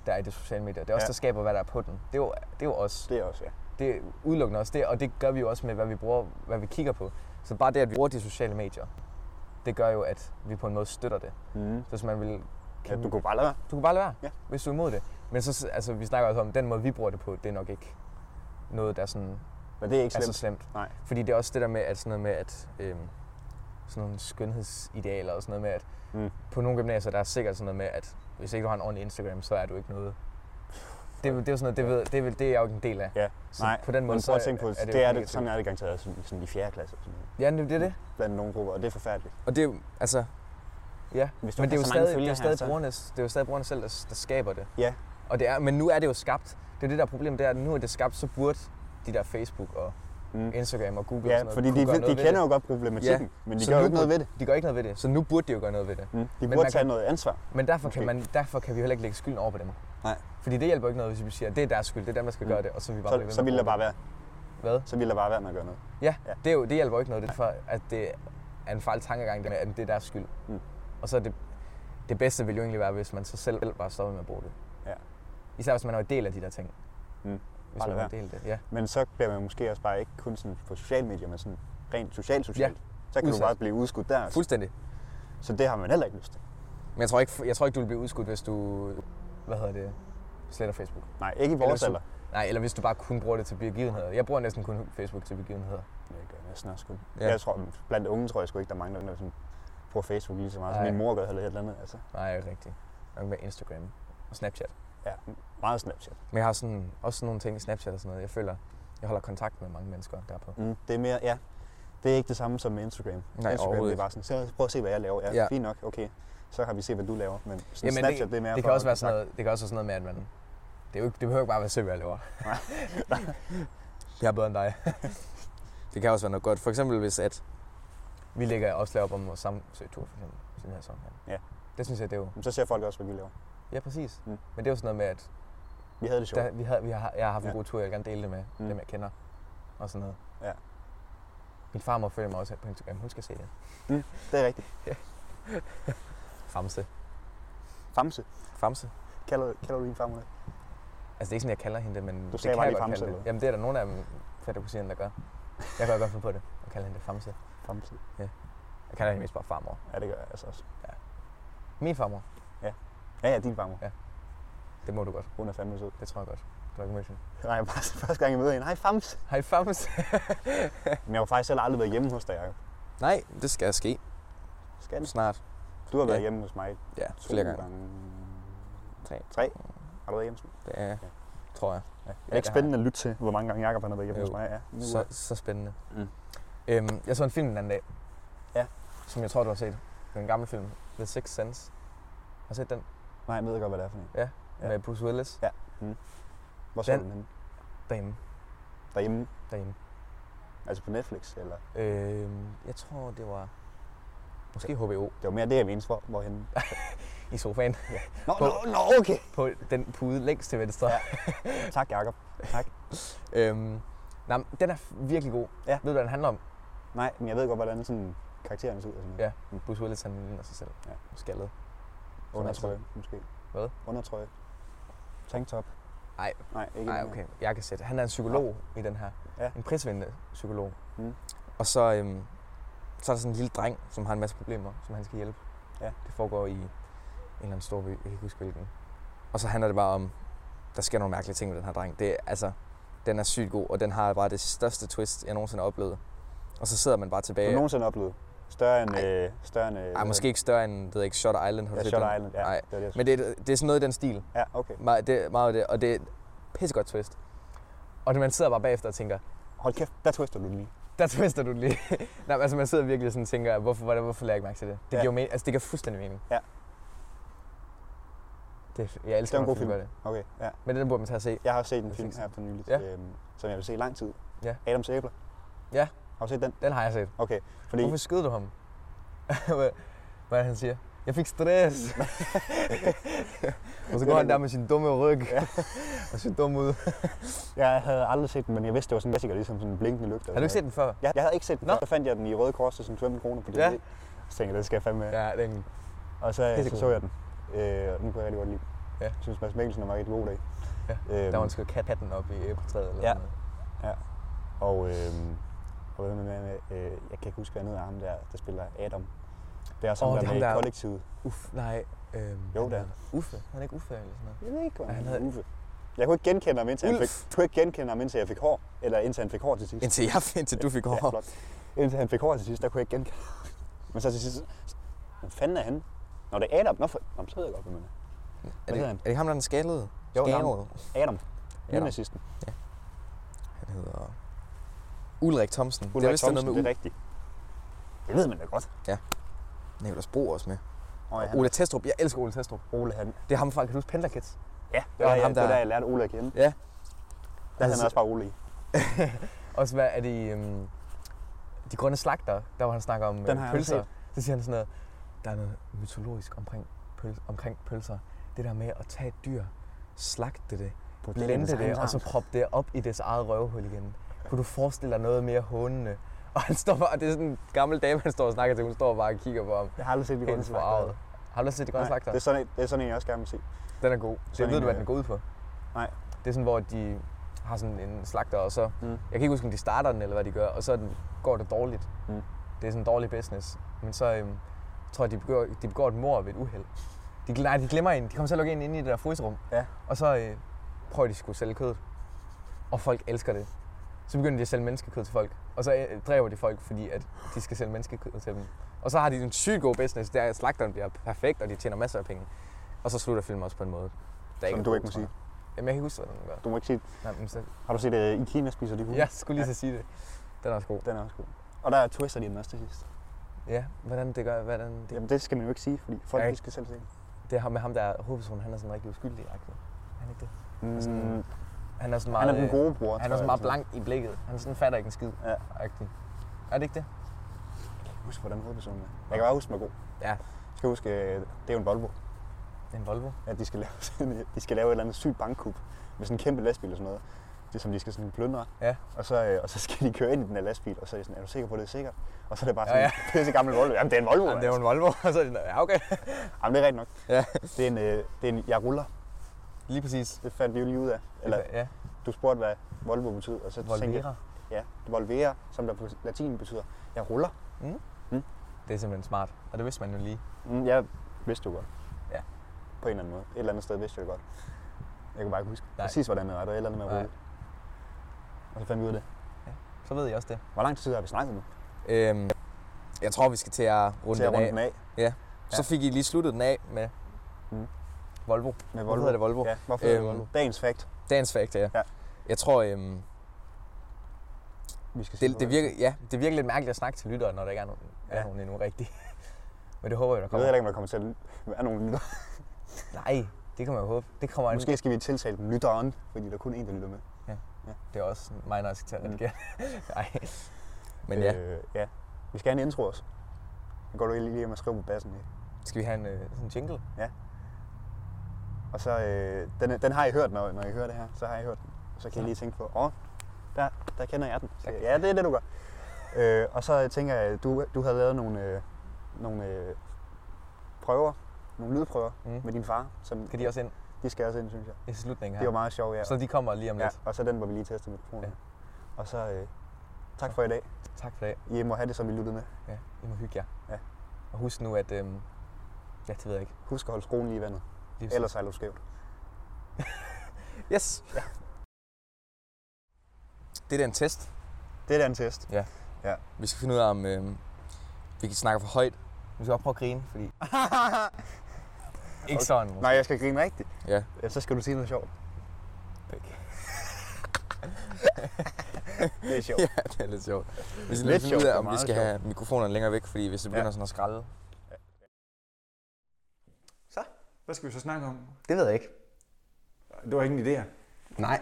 der er i de sociale medier. Det er os,
Ja.
der skaber, hvad der er på den. Det er jo, det er jo os.
Det er også, ja.
det er udelukkende også det, og det gør vi jo også med, hvad vi bruger, hvad vi kigger på. Så bare det, at vi bruger de sociale medier, det gør jo, at vi på en måde støtter det.
Mm.
Så hvis man vil...
ja du kunne bare lade være.
du kan bare lade være,
Ja.
ja. hvis du er imod det. Men så, altså, vi snakker også om, den måde, vi bruger det på, det er nok ikke noget, der sådan,
Men det er ikke
er så
slemt.
slemt.
Nej.
Fordi det er også det der med, at sådan noget med, at øhm, sådan nogle skønhedsidealer og sådan noget med, at
Mm.
mm. på nogle gymnasier, der er sikkert sådan noget med, at hvis ikke du har en ordentlig Instagram, så er du ikke noget. Det, er jo- det er jo sådan noget, det, ved, det, er, vel- det er jeg jo ikke en del af.
Ja.
Så
Nej,
på den
Men
måde,
prøv at tænke på,
jo
det, det er det,
negativt.
sådan er det garanteret sådan, sådan i 4. klasse og sådan noget,
Ja, det det er det.
blandt nogle grupper, og det er forfærdeligt.
Og det er jo, altså, ja.
Hvis du
Men
ikke
det er jo
har så Altså, mange
stadig, det er
følgere
jo stadig,
her, så-
brugerne, det er jo stadig brugerne selv, der, der skaber det.
Ja.
Og det er, men nu er det jo skabt. Det er det der problem, det er, at nu er det skabt, så burde de der Facebook og
Mm.
Instagram og Google
Ja,
og sådan noget,
fordi
kunne
de,
gøre
de
noget ved
kender
det.
jo godt problematikken, men de
Så
gør jo
nu
ikke noget ved det.
De gør ikke noget ved det, så nu burde de jo gøre noget ved det.
Mm. De
Men
burde
man
tage
kan-
noget ansvar.
Men derfor
Måske.
kan, man, derfor kan vi heller ikke lægge skylden over på dem.
Nej.
Fordi det hjælper ikke noget, hvis vi siger, at det er deres skyld, det er dem, der skal
Mm.
gøre det, og så er vi bare
Så,
bliver ved
så
med
ville
at
der bare
bruge
være,
det. Hvad?
så ville der bare være med at gøre noget.
Ja,
Ja.
det, er jo, det hjælper jo ikke noget, det er for, at det er en fejl tankegang, det med, at det er deres skyld.
Mm.
Og så er det, det bedste ville jo egentlig være, hvis man så selv bare stoppede med at bruge det.
Ja.
Især hvis man er en del af de der ting.
Mm.
Hvis
Bare
man
lad
er en del af det, ja.
Men så bliver man måske også bare ikke kun sådan på sociale medier, men sådan rent socialt socialt. Så kan du
Udsat.
bare blive udskudt der. altså.
Fuldstændig.
Så det har man heller ikke lyst til.
Men jeg tror ikke, jeg tror ikke du vil blive udskudt, hvis du, hvad hedder det, sletter Facebook.
Nej, ikke i vores
Eller
alder.
Nej, eller hvis du bare kun bruger det til begivenheder. Jeg bruger næsten kun Facebook til begivenheder.
Det gør jeg næsten også sgu. Ja.
Ja.
Jeg tror, blandt unge tror jeg sgu ikke, der mangler noget sådan på Facebook lige så meget. som
Nej.
Min mor gør eller et eller andet. Altså,
Nej, ikke rigtigt. Nok med Instagram og Snapchat.
ja, meget Snapchat.
Men jeg har sådan, også sådan nogle ting i Snapchat og sådan noget. Jeg føler, jeg holder kontakt med mange mennesker derpå.
Mm, det er mere, ja. Det er ikke det samme som med Instagram. Instagram det er
overhovedet
bare sådan, så prøv at se, hvad jeg laver. Ja, ja.
Ja.
fint nok, okay. Så har vi set, hvad du laver. Men sådan
Jamen,
Snapchat, det, det er mere
Det kan, også være sådan noget, det kan også være sådan noget med, at man... Det, er jo ikke, det behøver ikke bare være søv, jeg laver.
Nej.
jeg er bedre end dig. det kan også være noget godt. For eksempel hvis at... Vi lægger opslag op om vores samsøgtur, for eksempel. i Den her sæson her.
Ja.
Det synes jeg, det er jo...
noget. Så ser folk også, hvad vi laver.
Ja, præcis.
Mm.
Mm. Men det er jo sådan noget med, at
Vi havde det sjovt.
der, vi har, vi har, jeg har haft en
Ja.
god tur, jeg vil gerne dele det med
Mm.
mm. dem, jeg kender. Og sådan noget.
Ja.
Min farmor følger mig også her på Instagram. Hun skal se det.
Det er rigtigt.
Famse.
Famse.
Famse?
Kalder, kalder du din farmor det?
Altså, det er ikke sådan, jeg kalder hende det, men det
sagde
kan
bare
jeg
lige
godt kalde
Famse,
det.
eller?
Jamen, det er der nogen af dem, fætter kusiner, der gør. Jeg kan godt finde på det, og kalde hende det famse.
Fremtid.
Jeg kalder hende mest bare farmor.
Ja, det gør jeg altså også.
Min farmor,
Ja, ja, din farmor.
Ja. det må du godt.
Hun er fandme sød.
Det tror jeg godt. Du har ikke mødt hende.
Nej, jeg bare første gang, jeg møder hende. Hej, fams.
Hej, famse.
Men jeg har jo faktisk selv aldrig været hjemme hos dig, Jacob.
Nej, det skal ske
Skal den?
snart.
Du har været
Ja.
hjemme hos mig
Ja,
to
flere gange. Tre.
Tre? Har du været hjemme?
Det er, tror jeg.
Ja. Det
det
er ikke
har
spændende at lytte til, hvor mange gange Jacob han har været hjemme
Jo.
hos mig. Ja. Nu er-
Så, så spændende.
Mm.
Øhm, jeg så en film den anden dag.
Ja.
Som jeg tror, du har set. Det er en gammel film. The Sixth Sense. Har du set den?
Nej, jeg ved godt, hvad det er for en. Ja.
Ja. Med Bruce Willis.
Hvor så
Den-
du den henne?
Derhjemme.
Derhjemme?
Derhjemme.
Altså på Netflix? Eller?
Øhm, jeg tror, det var... Måske HBO
Det var mere det, jeg mente for. Hvorhenne?
i sofaen.
Nå,
På-
nå, nå, okay.
På den pude længst til venstre.
Ja. Tak, Jacob.
Øhm, nej, men den er f- virkelig god.
Ja.
Ved du, hvad den handler om?
Nej, men jeg ved godt, hvordan sådan karakteren ser ud. Og sådan noget.
Ja. Bruce Willis, han ligner sig selv.
Ja.
Skaldet.
Undertrøje, måske.
Hvad?
Undertrøje. Tanktop.
Ej.
Nej, ikke
Nej,
den her.
okay. Jeg kan sætte. Han er en psykolog i den her.
Ja.
En prisvindende psykolog.
Mm.
Og så, øhm, så er der sådan en lille dreng, som har en masse problemer, som han skal hjælpe.
Ja.
Det foregår i en eller anden stor by. Jeg kan ikke huske hvilken. Og så handler det bare om, der sker nogle mærkelige ting med den her dreng. Det, er- altså, den er sygt god, og den har bare det største twist, jeg nogensinde har oplevet. Og så sidder man bare
Du
tilbage.
har nogensinde oplevet større end...
Ej.
Øh, større end øh,
Øh, Ej,
hvad
måske ikke større end, ved jeg ikke, Shot Island.
hedder
Har du
det? Ja,
set
Shot
den?
Island. Ja,
Ej.
det var det, jeg
Men det, er- det er sådan noget i den stil.
skulle- Ja, okay.
Meget, det, meget det, og det er et pissegodt twist. Og det, man sidder bare bagefter og tænker,
Hold kæft, der twister du den lige.
der twister du den lige. Nej, men altså man sidder virkelig sådan og tænker, hvorfor, hvorfor, hvorfor lader jeg ikke mærke til det? Det,
Ja.
ja. giver mening, altså, det giver fuldstændig mening.
Ja.
Det, jeg elsker,
Det er en
når
god film.
film gør det.
Okay, ja.
Men den burde man tage og se.
Jeg har også set en
Jeg
film
fik
her for nylig,
Ja.
øhm, som jeg vil se i lang tid.
Ja.
Adams æbler.
Ja.
Har du set den?
Den har jeg set.
Okay, fordi
Hvorfor skød du ham? Hvad- Hvad er det, han siger? Jeg fik stress. og så går han der med sin dumme ryg. og sin dumme ud.
jeg havde aldrig set den, men jeg vidste, det var sådan en klassiker, ligesom sådan en blinkende lygte.
Har du ikke set den før?
Jeg, jeg havde ikke set den.
Nå.
før. Så fandt jeg den i Røde Kors til sådan 15 kroner på DVD.
Ja.
Ja. Så tænkte jeg, det skal jeg fandme. Ja.
Ja, den.
Og så, så,
Pissegod.
så jeg den. Øh, og den kunne jeg rigtig godt lide.
Ja.
Jeg synes, Mads Mikkelsen var en rigtig god dag.
Ja.
Øhm,
Der var en skød kat katten op i æbletræet. Eller
Ja.
sådan noget.
Og, øhm, og hvad med, med, med øh, jeg kan ikke huske, hvad han hedder ham der, der spiller Adam. Det er også
Åh,
oh, ham der
det er
med
ham
i
der-
kollektivet.
Uff, nej. Øhm,
Jo, det er
han. Uffe. Han er ikke Uffe eller sådan noget.
Jeg ved ikke, hvad
Ja,
han
han
hedder.
hed-
Uffe. Jeg kunne ikke genkende ham, indtil, han
Ulf.
fik, jeg kunne ikke genkende ham, indtil jeg fik hår. Eller indtil han fik hår til sidst.
Indtil, jeg, indtil du fik
Ja,
over.
flot. Indtil han fik hår til sidst, der kunne jeg ikke genkende ham. Men så til sidst, så- hvad fanden er han? Når det er Adam, nå, for, nå, så ved jeg godt, hvem han er.
er,
Hvad
det,
hedder
er
han?
det ham, der er den skaldede?
Jo, det er ham.
Skærede.
Adam.
Adam.
Nynazisten.
Han hedder... Ulrik Thomsen.
Ulrik
det er vist
Thomsen,
noget med
det er
Ulrik.
rigtigt. Det ved man da godt.
Nicolas Bro også med.
Og ja,
Ole Testrup. Jeg elsker Ole Testrup.
Ole, han.
Det er ham fra, kan du huske Pendlerkids?
Ja, det var,
Og ham,
jeg, det var
der-
der, jeg lærte Ole at kende.
Ja. Altså,
Der havde han også bare Ole i.
Også hvad er det i, øhm, De Grønne Slagter, der hvor han snakker om
Den har
øh,
jeg
pølser.
aldrig
Så siger han sådan noget, der er noget mytologisk omkring, pøl, omkring pølser. Det der med at tage et dyr, slagte det,
På
blende det, og så proppe det op i dets eget røvhul igen. Kunne du forestille dig noget mere hånende? Og han står bare, og det er sådan en gammel dame, han står og snakker til, hun står bare og kigger på ham.
Jeg har aldrig set det
Helt forarvet. Har du set De Grønne
Nej,
Slagter?
det er sådan en, det er sådan en, jeg også gerne vil se.
Den er god.
Sådan
det ved
en,
du, hvad
øh,
den går ud på?
nej.
Det er sådan, hvor de har sådan en slagter, og så...
Mm.
Mm. Jeg kan ikke huske, om de starter den, eller hvad de gør, og så er den, går det dårligt.
Mm.
Det er sådan en dårlig business. Men så øhm, tror jeg, de begår, de begår et mor ved et uheld. De, gl- nej, de glemmer en. De kommer til at lukke en ind i det der frysrum.
Ja.
Og så øh, prøver de skulle sælge kødet. Og folk elsker det. Så begynder de at sælge menneskekød til folk. Og så øh, dræber de folk, fordi at de skal sælge menneskekød til dem. Og så har de en sygt god business, der at slagteren bliver perfekt, og de tjener masser af penge. Og så slutter filmen også på en måde. Der
Som
er
du
god,
ikke må
tror jeg. Jamen, jeg kan ikke huske, hvordan den gør.
Du må ikke sige,
Nej, men så,
har du set, at i Kina spiser de hunde?
jeg skulle lige så sige det. Den er også god.
Den er også god. Og der twister de den også til sidst.
Ja, hvordan det gør, hvordan det,
Jamen, det skal man jo ikke sige, fordi folk
Ja,
ja,
ikke?
skal selv se det.
det er ham med ham, der er hovedpersonen, han er sådan rigtig uskyldig. -agtig. Han er ikke det.
Mm,
sådan- Han er sådan meget,
han er den
øh,
gode bror,
han er sådan meget blank i blikket. Han sådan fatter ikke en skid.
Ja.
-agtig. Er det ikke det?
Husk, hvordan hovedpersonen er. Jeg kan bare huske, den er god.
Ja.
Jeg skal huske, øh, det er jo en Volvo,
En Volvo.
at de skal lave, sådan, de skal lave et eller andet sygt bankkup med sådan en kæmpe lastbil og sådan noget. Det som de skal sådan plyndre.
Ja.
Og så, øh, og så skal de køre ind i den her lastbil, og så er de sådan, er du sikker på, at det er sikkert? Og så er det bare
Ja,
sådan ja,
ja.
en pisse gammel Volvo. Jamen, det er en Volvo.
Jamen, det er jo en Volvo, og så er det, ja okay.
Jamen, det er rigtigt nok.
Ja.
Det er en, øh, det er en jeg ruller.
Lige præcis.
Det fandt vi jo lige ud af. Eller
ja,
du spurgte, hvad Volvo betyder, og så tænkte jeg,
Volvera.
ja, Volvere, som der på latin betyder, jeg ruller.
Det er simpelthen smart. Og det vidste man jo lige.
Mm, jeg vidste jo godt.
Ja.
På en eller anden måde. Et eller andet sted vidste jeg det godt. Jeg kan bare ikke huske
Nej.
Nej. præcis, hvordan det var. Det var et eller andet med at
Nej.
rulle. Og så fandt vi ud af det.
Så ved jeg også det.
Hvor lang tid har vi snakket nu?
Øhm, jeg tror, vi skal til at runde
Til at
den
runde
af.
den af
Så fik I lige sluttet den af med
Mm.
Volvo.
med
Hvorfor
Volvo.
hedder det Volvo?
Ja, hvorfor øhm.
Øhm.
Volvo? Dagens fact,
Dagens fact, ja.
Ja.
Jeg tror, øhm,
vi skal se
det,
på
det,
bagefter.
virker, ja, det virker lidt mærkeligt at snakke til lyttere, når der ikke er nogen, ja. er
Ja.
nogen endnu rigtigt. Men det håber jeg,
Jeg
der
ved
kommer.
heller ikke, om der kommer til at være nogen lytter.
Nej, det kan man jo håbe. Det kommer an.
Måske skal vi tiltale dem lytteren, fordi der er kun én, der lytter med.
Det er også mig, når jeg skal til at
Mm.
redigere. Nej. Men ja,
Øh, ja. Vi skal have en intro også. Den går du lige hjem og skriver på bassen. Ikke?
skal vi have en, øh, sådan en jingle?
Og så, øh, den, den har I hørt, når, når I hører det her. Så har I hørt den. Og så kan I lige tænke på, åh, der, der kender jeg den. Så,
Der-
ja, det er det, du gør. øh, og så tænker jeg, du, du havde lavet nogle, øh, nogle øh, prøver, nogle lydprøver
Mm.
med din far. Som,
Skal de også ind
de skal også ind, synes jeg.
i slutningen
Det
her?
var meget sjovt, ja.
Så de kommer lige om
ja.
lidt.
Og så den, hvor vi lige testede mikrofonen.
Ja.
Ja. Og så, øh, tak for i dag.
Tak for i dag.
I må have det, som I lyttede med.
Ja, I må hygge jer.
Ja.
Og husk nu, at... Øhm, ja, det ved jeg ikke.
Husk at holde skruen lige i vandet.
Lige
Ellers sejler du skævt.
Yes! Ja. Det er da en test.
Det er da en test.
Vi skal finde ud af, om øhm, vi kan snakke for højt. Vi skal også prøve at grine, fordi... Ikke sådan. måske.
Nej, jeg skal grine rigtigt.
Ja.
Ellers Så skal du sige noget sjovt.
Pik.
Det er sjovt.
ja, det er lidt sjovt. Vi skal
Lidt
lidt finde ud
sjovt,
af,
men
om vi
meget
skal
sjovt.
have mikrofonerne længere væk, fordi hvis det
Ja.
begynder sådan at skralde...
Hvad skal vi så snakke om?
Det ved jeg ikke.
Det var ikke en idé.
Nej.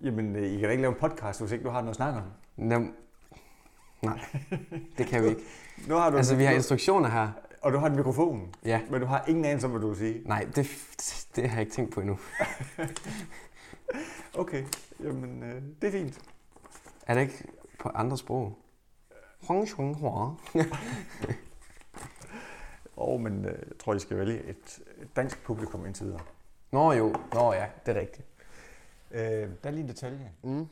Jamen, øh, I kan da ikke lave en podcast, hvis ikke du har noget at snakke om.
Nem. Nej, det kan vi ikke.
Nu har du
Altså, vi har
du-
instruktioner her.
Og du har en mikrofon,
Ja.
men du har ingen anelse om, hvad du vil sige.
Nej, det, det har jeg ikke tænkt på endnu.
Okay, jamen, øh, det er fint.
Er det ikke på andre sprog? Huang Shung Hua.
Og men øh, jeg tror, I skal vælge et dansk publikum indtil videre.
Nå jo, nå ja, det er rigtigt.
Øh, der er lige en detalje.
Mm.